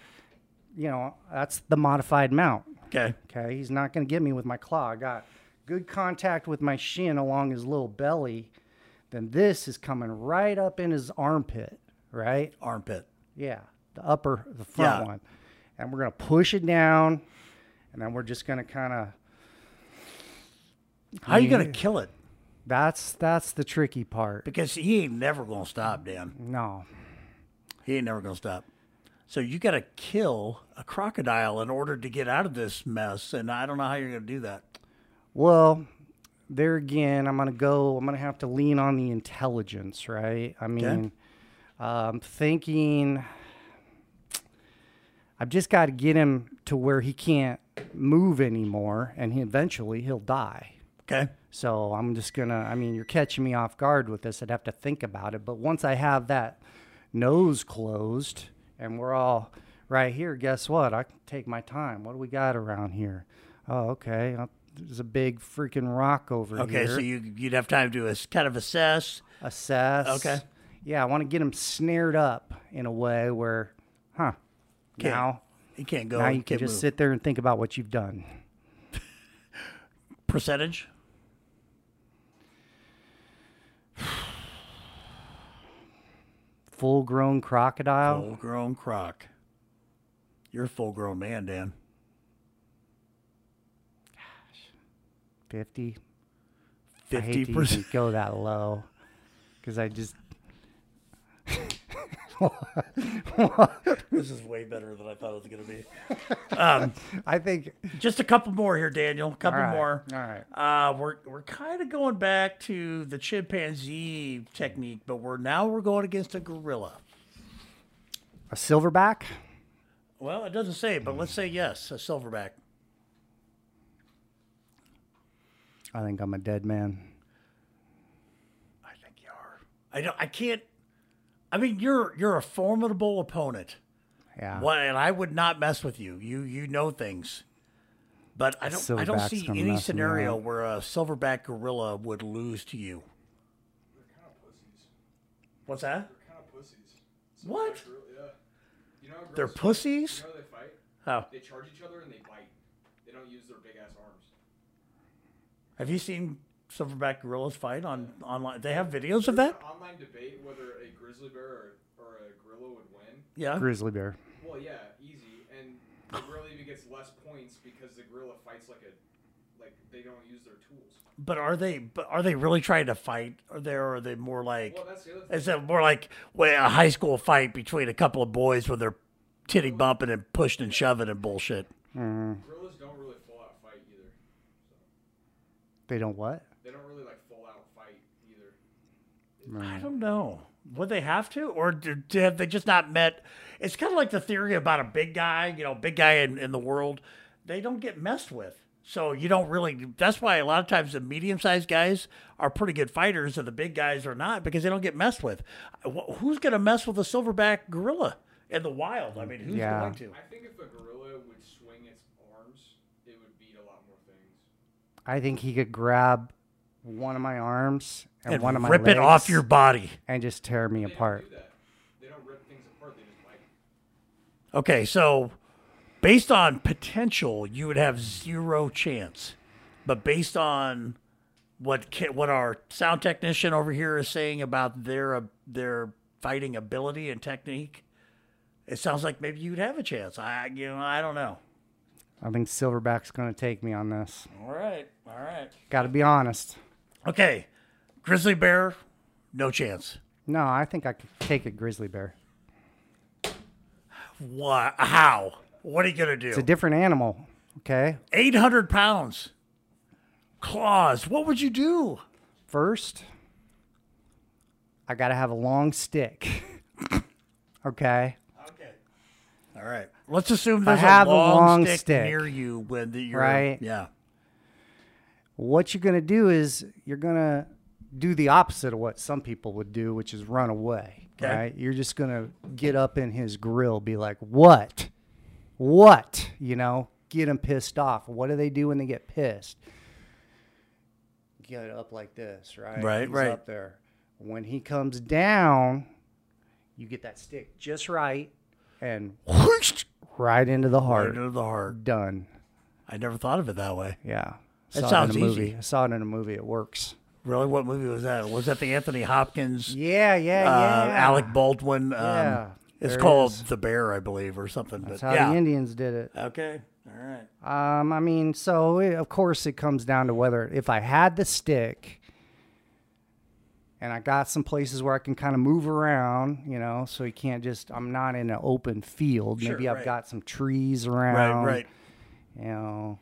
Speaker 1: you know, that's the modified mount.
Speaker 2: Okay.
Speaker 1: Okay, he's not going to get me with my claw. I got good contact with my shin along his little belly. Then this is coming right up in his armpit, right?
Speaker 2: Armpit.
Speaker 1: Yeah, the upper, the front
Speaker 2: Yeah.
Speaker 1: one. And we're going to push it down, and then we're just going to kind of
Speaker 2: How you gonna kill it?
Speaker 1: That's that's the tricky part.
Speaker 2: Because he ain't never gonna stop, Dan.
Speaker 1: No.
Speaker 2: He ain't never gonna stop. So you gotta kill a crocodile in order to get out of this mess, and I don't know how you're gonna do that.
Speaker 1: Well, there again, I'm gonna go. I'm gonna have to lean on the intelligence, right? I mean, um, thinking. I've just got to get him to where he can't move anymore, and he, eventually he'll die.
Speaker 2: Okay.
Speaker 1: So I'm just gonna. I mean, you're catching me off guard with this. I'd have to think about it. But once I have that nose closed and we're all right here, guess what? I can take my time. What do we got around here? Oh, okay. Uh, There's a big freaking rock over
Speaker 2: Okay,
Speaker 1: here.
Speaker 2: so you you'd have time to as, kind of assess.
Speaker 1: assess.
Speaker 2: Okay.
Speaker 1: Yeah, I want to get them snared up in a way where, huh?
Speaker 2: Can't-
Speaker 1: Now,
Speaker 2: You can't go.
Speaker 1: now you
Speaker 2: can't
Speaker 1: can just
Speaker 2: move.
Speaker 1: sit there and think about what you've done.
Speaker 2: Percentage.
Speaker 1: Full-grown crocodile.
Speaker 2: Full grown croc. You're a full grown man, Dan.
Speaker 1: 50 I
Speaker 2: Fifty
Speaker 1: hate to even
Speaker 2: percent.
Speaker 1: go that low because I just
Speaker 2: This is way better than I thought it was gonna be.
Speaker 1: I think
Speaker 2: Just a couple more here, Daniel. A couple
Speaker 1: All right,
Speaker 2: more.
Speaker 1: all right.
Speaker 2: Uh, we're we're kind of going back to the chimpanzee technique, but we're now we're going against a gorilla.
Speaker 1: a silverback.
Speaker 2: Well, it doesn't say, but let's say yes, a silverback.
Speaker 1: I think I'm a dead man.
Speaker 2: I think you are. I don't. I can't. I mean, you're you're a formidable opponent.
Speaker 1: Yeah.
Speaker 2: Well, and I would not mess with you. You you know things, but I don't I don't
Speaker 1: Silverback's
Speaker 2: see
Speaker 1: gonna
Speaker 2: any
Speaker 1: mess me
Speaker 2: scenario
Speaker 1: up.
Speaker 2: where a silverback gorilla would lose to you.
Speaker 3: They're kind of pussies.
Speaker 2: What's that?
Speaker 3: They're kind of pussies.
Speaker 2: What?
Speaker 3: Like, really- yeah. You know, how
Speaker 2: They're
Speaker 3: girls fight?
Speaker 2: pussies.
Speaker 3: You know how they fight?
Speaker 2: Oh,
Speaker 3: They charge each other and they bite. They don't use their big ass arms.
Speaker 2: have you seen silverback gorillas fight on online? They have videos of that.
Speaker 3: There's an online debate whether a grizzly bear or, or a gorilla would win.
Speaker 2: Yeah.
Speaker 1: Grizzly bear.
Speaker 3: Well, yeah, easy. And the gorilla even gets less points because the gorilla fights like a, like they don't use their tools.
Speaker 2: But are they? But are they really trying to fight? Are they? Or are they more like?
Speaker 3: Well, that's the other thing.
Speaker 2: Is it more like well, a high school fight between a couple of boys where they're titty bumping and pushing and shoving and bullshit?
Speaker 3: Gorillas don't really full out fight either.
Speaker 1: They don't what?
Speaker 3: They don't really like full out fight either.
Speaker 2: I don't know. Would they have to, or do, do- have they just not met? It's kind of like the theory about a big guy, you know, big guy in, in the world. They don't get messed with, so you don't really. That's why a lot of times the medium-sized guys are pretty good fighters, and the big guys are not because they don't get messed with. Uh, Wh- Who's going to mess with a silverback gorilla in the wild? I mean, who's
Speaker 1: Yeah.
Speaker 2: going to?
Speaker 3: I think if a gorilla would swing its arms, it would beat a lot more things.
Speaker 1: I think he could grab one of my arms and,
Speaker 2: And
Speaker 1: one of my
Speaker 2: rip it off
Speaker 1: legs
Speaker 2: your body.
Speaker 1: and just tear me
Speaker 3: They
Speaker 1: apart.
Speaker 3: don't do that. They don't rip things apart. They just bite.
Speaker 2: Okay, so based on potential, you would have zero chance. But based on what ca- what our sound technician over here is saying about their uh, their fighting ability and technique, it sounds like maybe you'd have a chance. I you know I don't know.
Speaker 1: I think silverback's gonna take me on this.
Speaker 2: All right, all right.
Speaker 1: Got to be honest.
Speaker 2: Okay, grizzly bear, no chance.
Speaker 1: No, I think I could take a grizzly bear.
Speaker 2: What? How? What are you gonna do?
Speaker 1: It's a different animal. Okay.
Speaker 2: Eight hundred pounds, claws. What would you do?
Speaker 1: First, I got to have a long stick. okay.
Speaker 2: Okay. All right. Let's assume
Speaker 1: I
Speaker 2: there's
Speaker 1: have a
Speaker 2: a long,
Speaker 1: long
Speaker 2: stick,
Speaker 1: stick.
Speaker 2: near you when the, you're
Speaker 1: Right.
Speaker 2: Yeah.
Speaker 1: What you're going to do is you're going to do the opposite of what some people would do, which is run away.
Speaker 2: Okay.
Speaker 1: Right. You're just going to get up in his grill, be like, what? What? You know, get him pissed off. What do they do when they get pissed? Get up like this, right?
Speaker 2: Right,
Speaker 1: He's
Speaker 2: right.
Speaker 1: Up there. When he comes down, you get that stick just right and
Speaker 2: Whoosh!
Speaker 1: right into the heart.
Speaker 2: Right into the heart.
Speaker 1: Done.
Speaker 2: I never thought of it that way.
Speaker 1: Yeah.
Speaker 2: That
Speaker 1: Saw
Speaker 2: sounds
Speaker 1: it in a movie.
Speaker 2: easy.
Speaker 1: I saw it in a movie. It works.
Speaker 2: Really? What movie was that? Was that the Anthony Hopkins,
Speaker 1: Yeah, yeah,
Speaker 2: uh,
Speaker 1: yeah.
Speaker 2: Alec Baldwin? Um,
Speaker 1: Yeah,
Speaker 2: It's
Speaker 1: there it
Speaker 2: called
Speaker 1: is.
Speaker 2: The Bear, I believe, or something.
Speaker 1: That's
Speaker 2: but
Speaker 1: how
Speaker 2: yeah.
Speaker 1: the Indians did it.
Speaker 2: okay. All right.
Speaker 1: Um, I mean, so it, of course it comes down to whether if I had the stick and I got some places where I can kind of move around, you know, so you can't just I'm not in an open field.
Speaker 2: Sure,
Speaker 1: Maybe I've
Speaker 2: right.
Speaker 1: got some trees
Speaker 2: Right.
Speaker 1: around.
Speaker 2: Right.
Speaker 1: You know.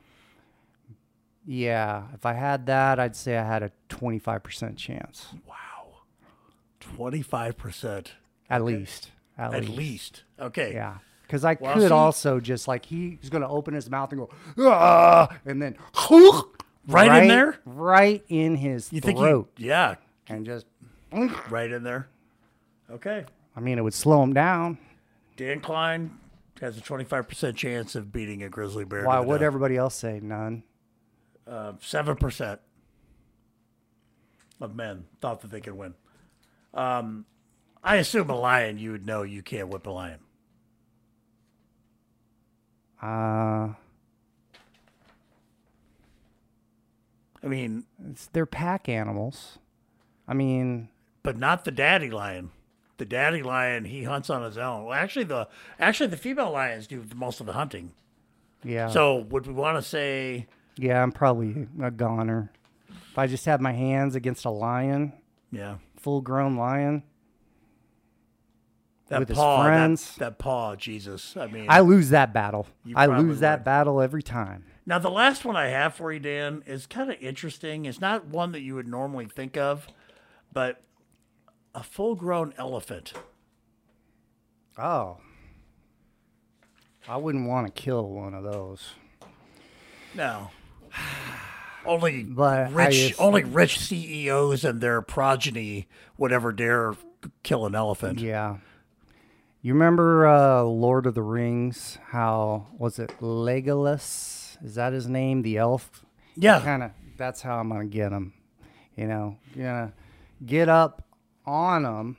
Speaker 1: Yeah, if I had that, I'd say I had a 25% chance
Speaker 2: Wow. Twenty-five percent
Speaker 1: at least. At,
Speaker 2: at
Speaker 1: least.
Speaker 2: least. Okay.
Speaker 1: Yeah. Because I
Speaker 2: Well,
Speaker 1: could
Speaker 2: see-
Speaker 1: also just like he's gonna open his mouth and go, ah, and then
Speaker 2: Right in there?
Speaker 1: right in his
Speaker 2: You think
Speaker 1: throat,
Speaker 2: you? Yeah,
Speaker 1: and just.
Speaker 2: right in there. Okay.
Speaker 1: I mean, it would slow him down.
Speaker 2: Dan Klein has a 25% chance of beating a grizzly bear.
Speaker 1: Why
Speaker 2: to the
Speaker 1: would
Speaker 2: death.
Speaker 1: everybody else say none?
Speaker 2: Uh, 7% of men thought that they could win. Um, I assume a lion, you would know you can't whip a lion.
Speaker 1: Uh,
Speaker 2: I mean,
Speaker 1: it's, they're pack animals. I mean,
Speaker 2: but not the daddy lion. The daddy lion, he hunts on his own. Well, actually, the actually the female lions do most of the hunting.
Speaker 1: yeah.
Speaker 2: So, would we want to say
Speaker 1: yeah, I'm probably a goner. If I just had my hands against a lion,
Speaker 2: Yeah.
Speaker 1: full grown lion,
Speaker 2: That
Speaker 1: With his
Speaker 2: paw, that-
Speaker 1: friends.
Speaker 2: That, paw, Jesus. I mean,
Speaker 1: I lose that battle.
Speaker 2: You
Speaker 1: I
Speaker 2: probably
Speaker 1: lose that
Speaker 2: would.
Speaker 1: battle every time.
Speaker 2: now the last one I have for you, Dan, is kind of interesting. It's not one that you would normally think of, but a full-grown elephant.
Speaker 1: Oh. I wouldn't want to kill one of those.
Speaker 2: No, only
Speaker 1: But I
Speaker 2: rich,
Speaker 1: just-
Speaker 2: only rich CEOs and their progeny would ever dare kill an elephant.
Speaker 1: Yeah. You remember uh, Lord of the Rings? How was it Legolas? Is that his name? The elf?
Speaker 2: Yeah.
Speaker 1: Kind of. That's how I'm gonna get him. You know, you're gonna get up on him.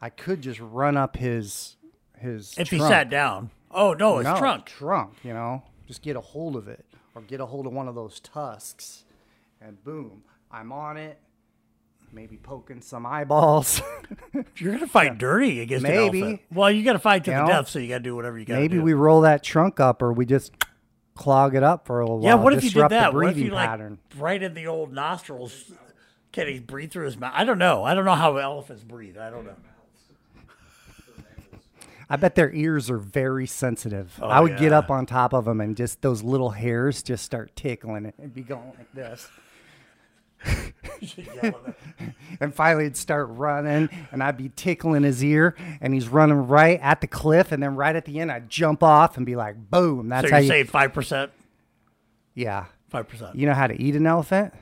Speaker 1: I could just run up his his.
Speaker 2: If he
Speaker 1: trunk.
Speaker 2: sat down. Oh no, it's
Speaker 1: No,
Speaker 2: trunk.
Speaker 1: trunk. You know, just get a hold of it, or get a hold of one of those tusks, and boom, I'm on it. Maybe poking some eyeballs.
Speaker 2: You're gonna fight dirty against
Speaker 1: Maybe.
Speaker 2: an elephant. Well, you gotta fight to
Speaker 1: You
Speaker 2: the
Speaker 1: know?
Speaker 2: death, so you gotta do whatever you gotta
Speaker 1: Maybe
Speaker 2: do.
Speaker 1: we roll that trunk up, or we just clog it up for a little
Speaker 2: Yeah,
Speaker 1: while.
Speaker 2: what if you did
Speaker 1: disrupt
Speaker 2: that?
Speaker 1: The
Speaker 2: What if
Speaker 1: breathing
Speaker 2: you
Speaker 1: pattern.
Speaker 2: like right in the old nostrils? Can he breathe through his mouth? I don't know. I don't know how elephants breathe. I don't know.
Speaker 1: I bet their ears are very sensitive. I would get
Speaker 2: Oh, yeah.
Speaker 1: up on top of them and just those little hairs just start tickling it and be going like this. And finally, it'd start running, and I'd be tickling his ear, and he's running right at the cliff, and then right at the end, I'd jump off and be like, "Boom!" That's
Speaker 2: so
Speaker 1: how
Speaker 2: you
Speaker 1: you.
Speaker 2: say five percent,
Speaker 1: Yeah,
Speaker 2: five percent,
Speaker 1: you know how to eat an elephant?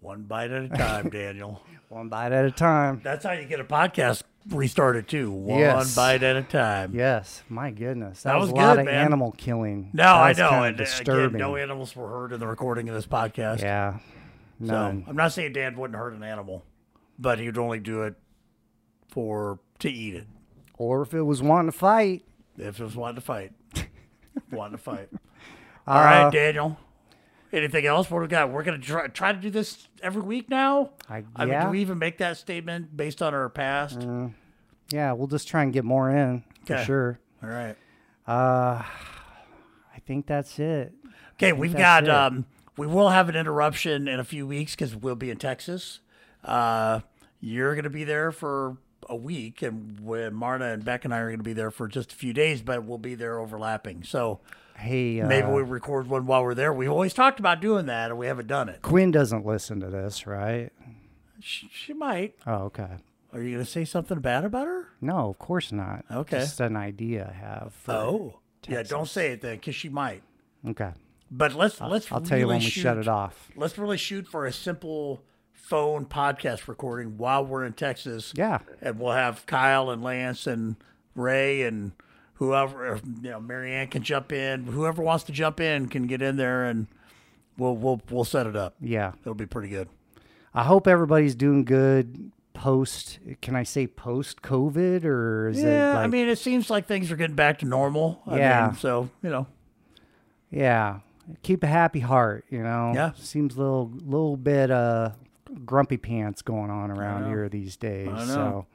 Speaker 2: one bite at a time, Daniel.
Speaker 1: One bite at a time.
Speaker 2: That's how you get a podcast restarted too. One
Speaker 1: Yes.
Speaker 2: bite at a time.
Speaker 1: Yes, my goodness, that,
Speaker 2: That
Speaker 1: was,
Speaker 2: was
Speaker 1: a lot
Speaker 2: good,
Speaker 1: of
Speaker 2: man.
Speaker 1: animal killing.
Speaker 2: No,
Speaker 1: That
Speaker 2: I
Speaker 1: was
Speaker 2: know.
Speaker 1: kinda
Speaker 2: And uh, again,
Speaker 1: disturbing.
Speaker 2: no animals were hurt in the recording of this podcast.
Speaker 1: yeah,
Speaker 2: so
Speaker 1: none.
Speaker 2: I'm not saying Dan wouldn't hurt an animal, but he'd only do it for to eat it.
Speaker 1: Or if it was wanting to fight,
Speaker 2: If it was wanting to fight. wanting to fight. All right,
Speaker 1: Uh,
Speaker 2: Daniel. Anything else? What do we got? We're gonna try, try to do this every week now.
Speaker 1: I-
Speaker 2: mean,
Speaker 1: yeah. Mm.
Speaker 2: do we even make that statement based on our past?
Speaker 1: yeah, we'll just try and get more in for
Speaker 2: Okay.
Speaker 1: sure.
Speaker 2: All right.
Speaker 1: I think that's it.
Speaker 2: Okay, we've
Speaker 1: that's
Speaker 2: got.
Speaker 1: it.
Speaker 2: Um, we will have an interruption in a few weeks because we'll be in Texas. Uh, you're gonna be there for a week, and when Marna and Beck and I are gonna be there for just a few days, but we'll be there overlapping. So
Speaker 1: Hey, uh,
Speaker 2: maybe we record one while we're there. We've always talked about doing that, and we haven't done it.
Speaker 1: Quinn doesn't listen to this, right?
Speaker 2: She, she might.
Speaker 1: Oh, okay.
Speaker 2: Are you gonna say something bad about her?
Speaker 1: No, of course not.
Speaker 2: Okay. Oh.
Speaker 1: Just an idea I have. For,
Speaker 2: yeah. Don't say it then, because she might.
Speaker 1: Okay.
Speaker 2: But let's let's.
Speaker 1: I'll tell you
Speaker 2: really
Speaker 1: when we
Speaker 2: shoot-
Speaker 1: shut it off.
Speaker 2: Let's really shoot for a simple phone podcast recording while we're in Texas.
Speaker 1: Yeah.
Speaker 2: and we'll have Kyle and Lance and Ray and whoever if, you know. Marianne can jump in. Whoever wants to jump in can get in there, and we'll we'll we'll set it up.
Speaker 1: Yeah.
Speaker 2: It'll be pretty good.
Speaker 1: I hope everybody's doing good post. Can I say post COVID or is
Speaker 2: yeah,
Speaker 1: it? Like,
Speaker 2: I mean, it seems like things are getting back to normal. I
Speaker 1: Yeah.
Speaker 2: mean, so you know,
Speaker 1: yeah. Keep a happy heart, you know.
Speaker 2: Yeah.
Speaker 1: Seems a little, little bit uh, grumpy pants going on around here these days.
Speaker 2: know.
Speaker 1: So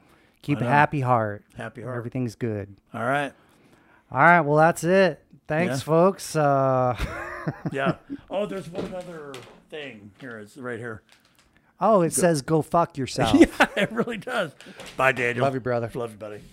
Speaker 1: keep a happy heart.
Speaker 2: Happy heart.
Speaker 1: Everything's good.
Speaker 2: all right.
Speaker 1: All right. Well, that's it. Thanks,
Speaker 2: Yeah.
Speaker 1: folks. Uh,
Speaker 2: yeah. Oh, there's one other thing here. It's right here.
Speaker 1: oh, it says go fuck yourself.
Speaker 2: it really does. Bye, Daniel.
Speaker 1: Love you, brother.
Speaker 2: Love you, buddy.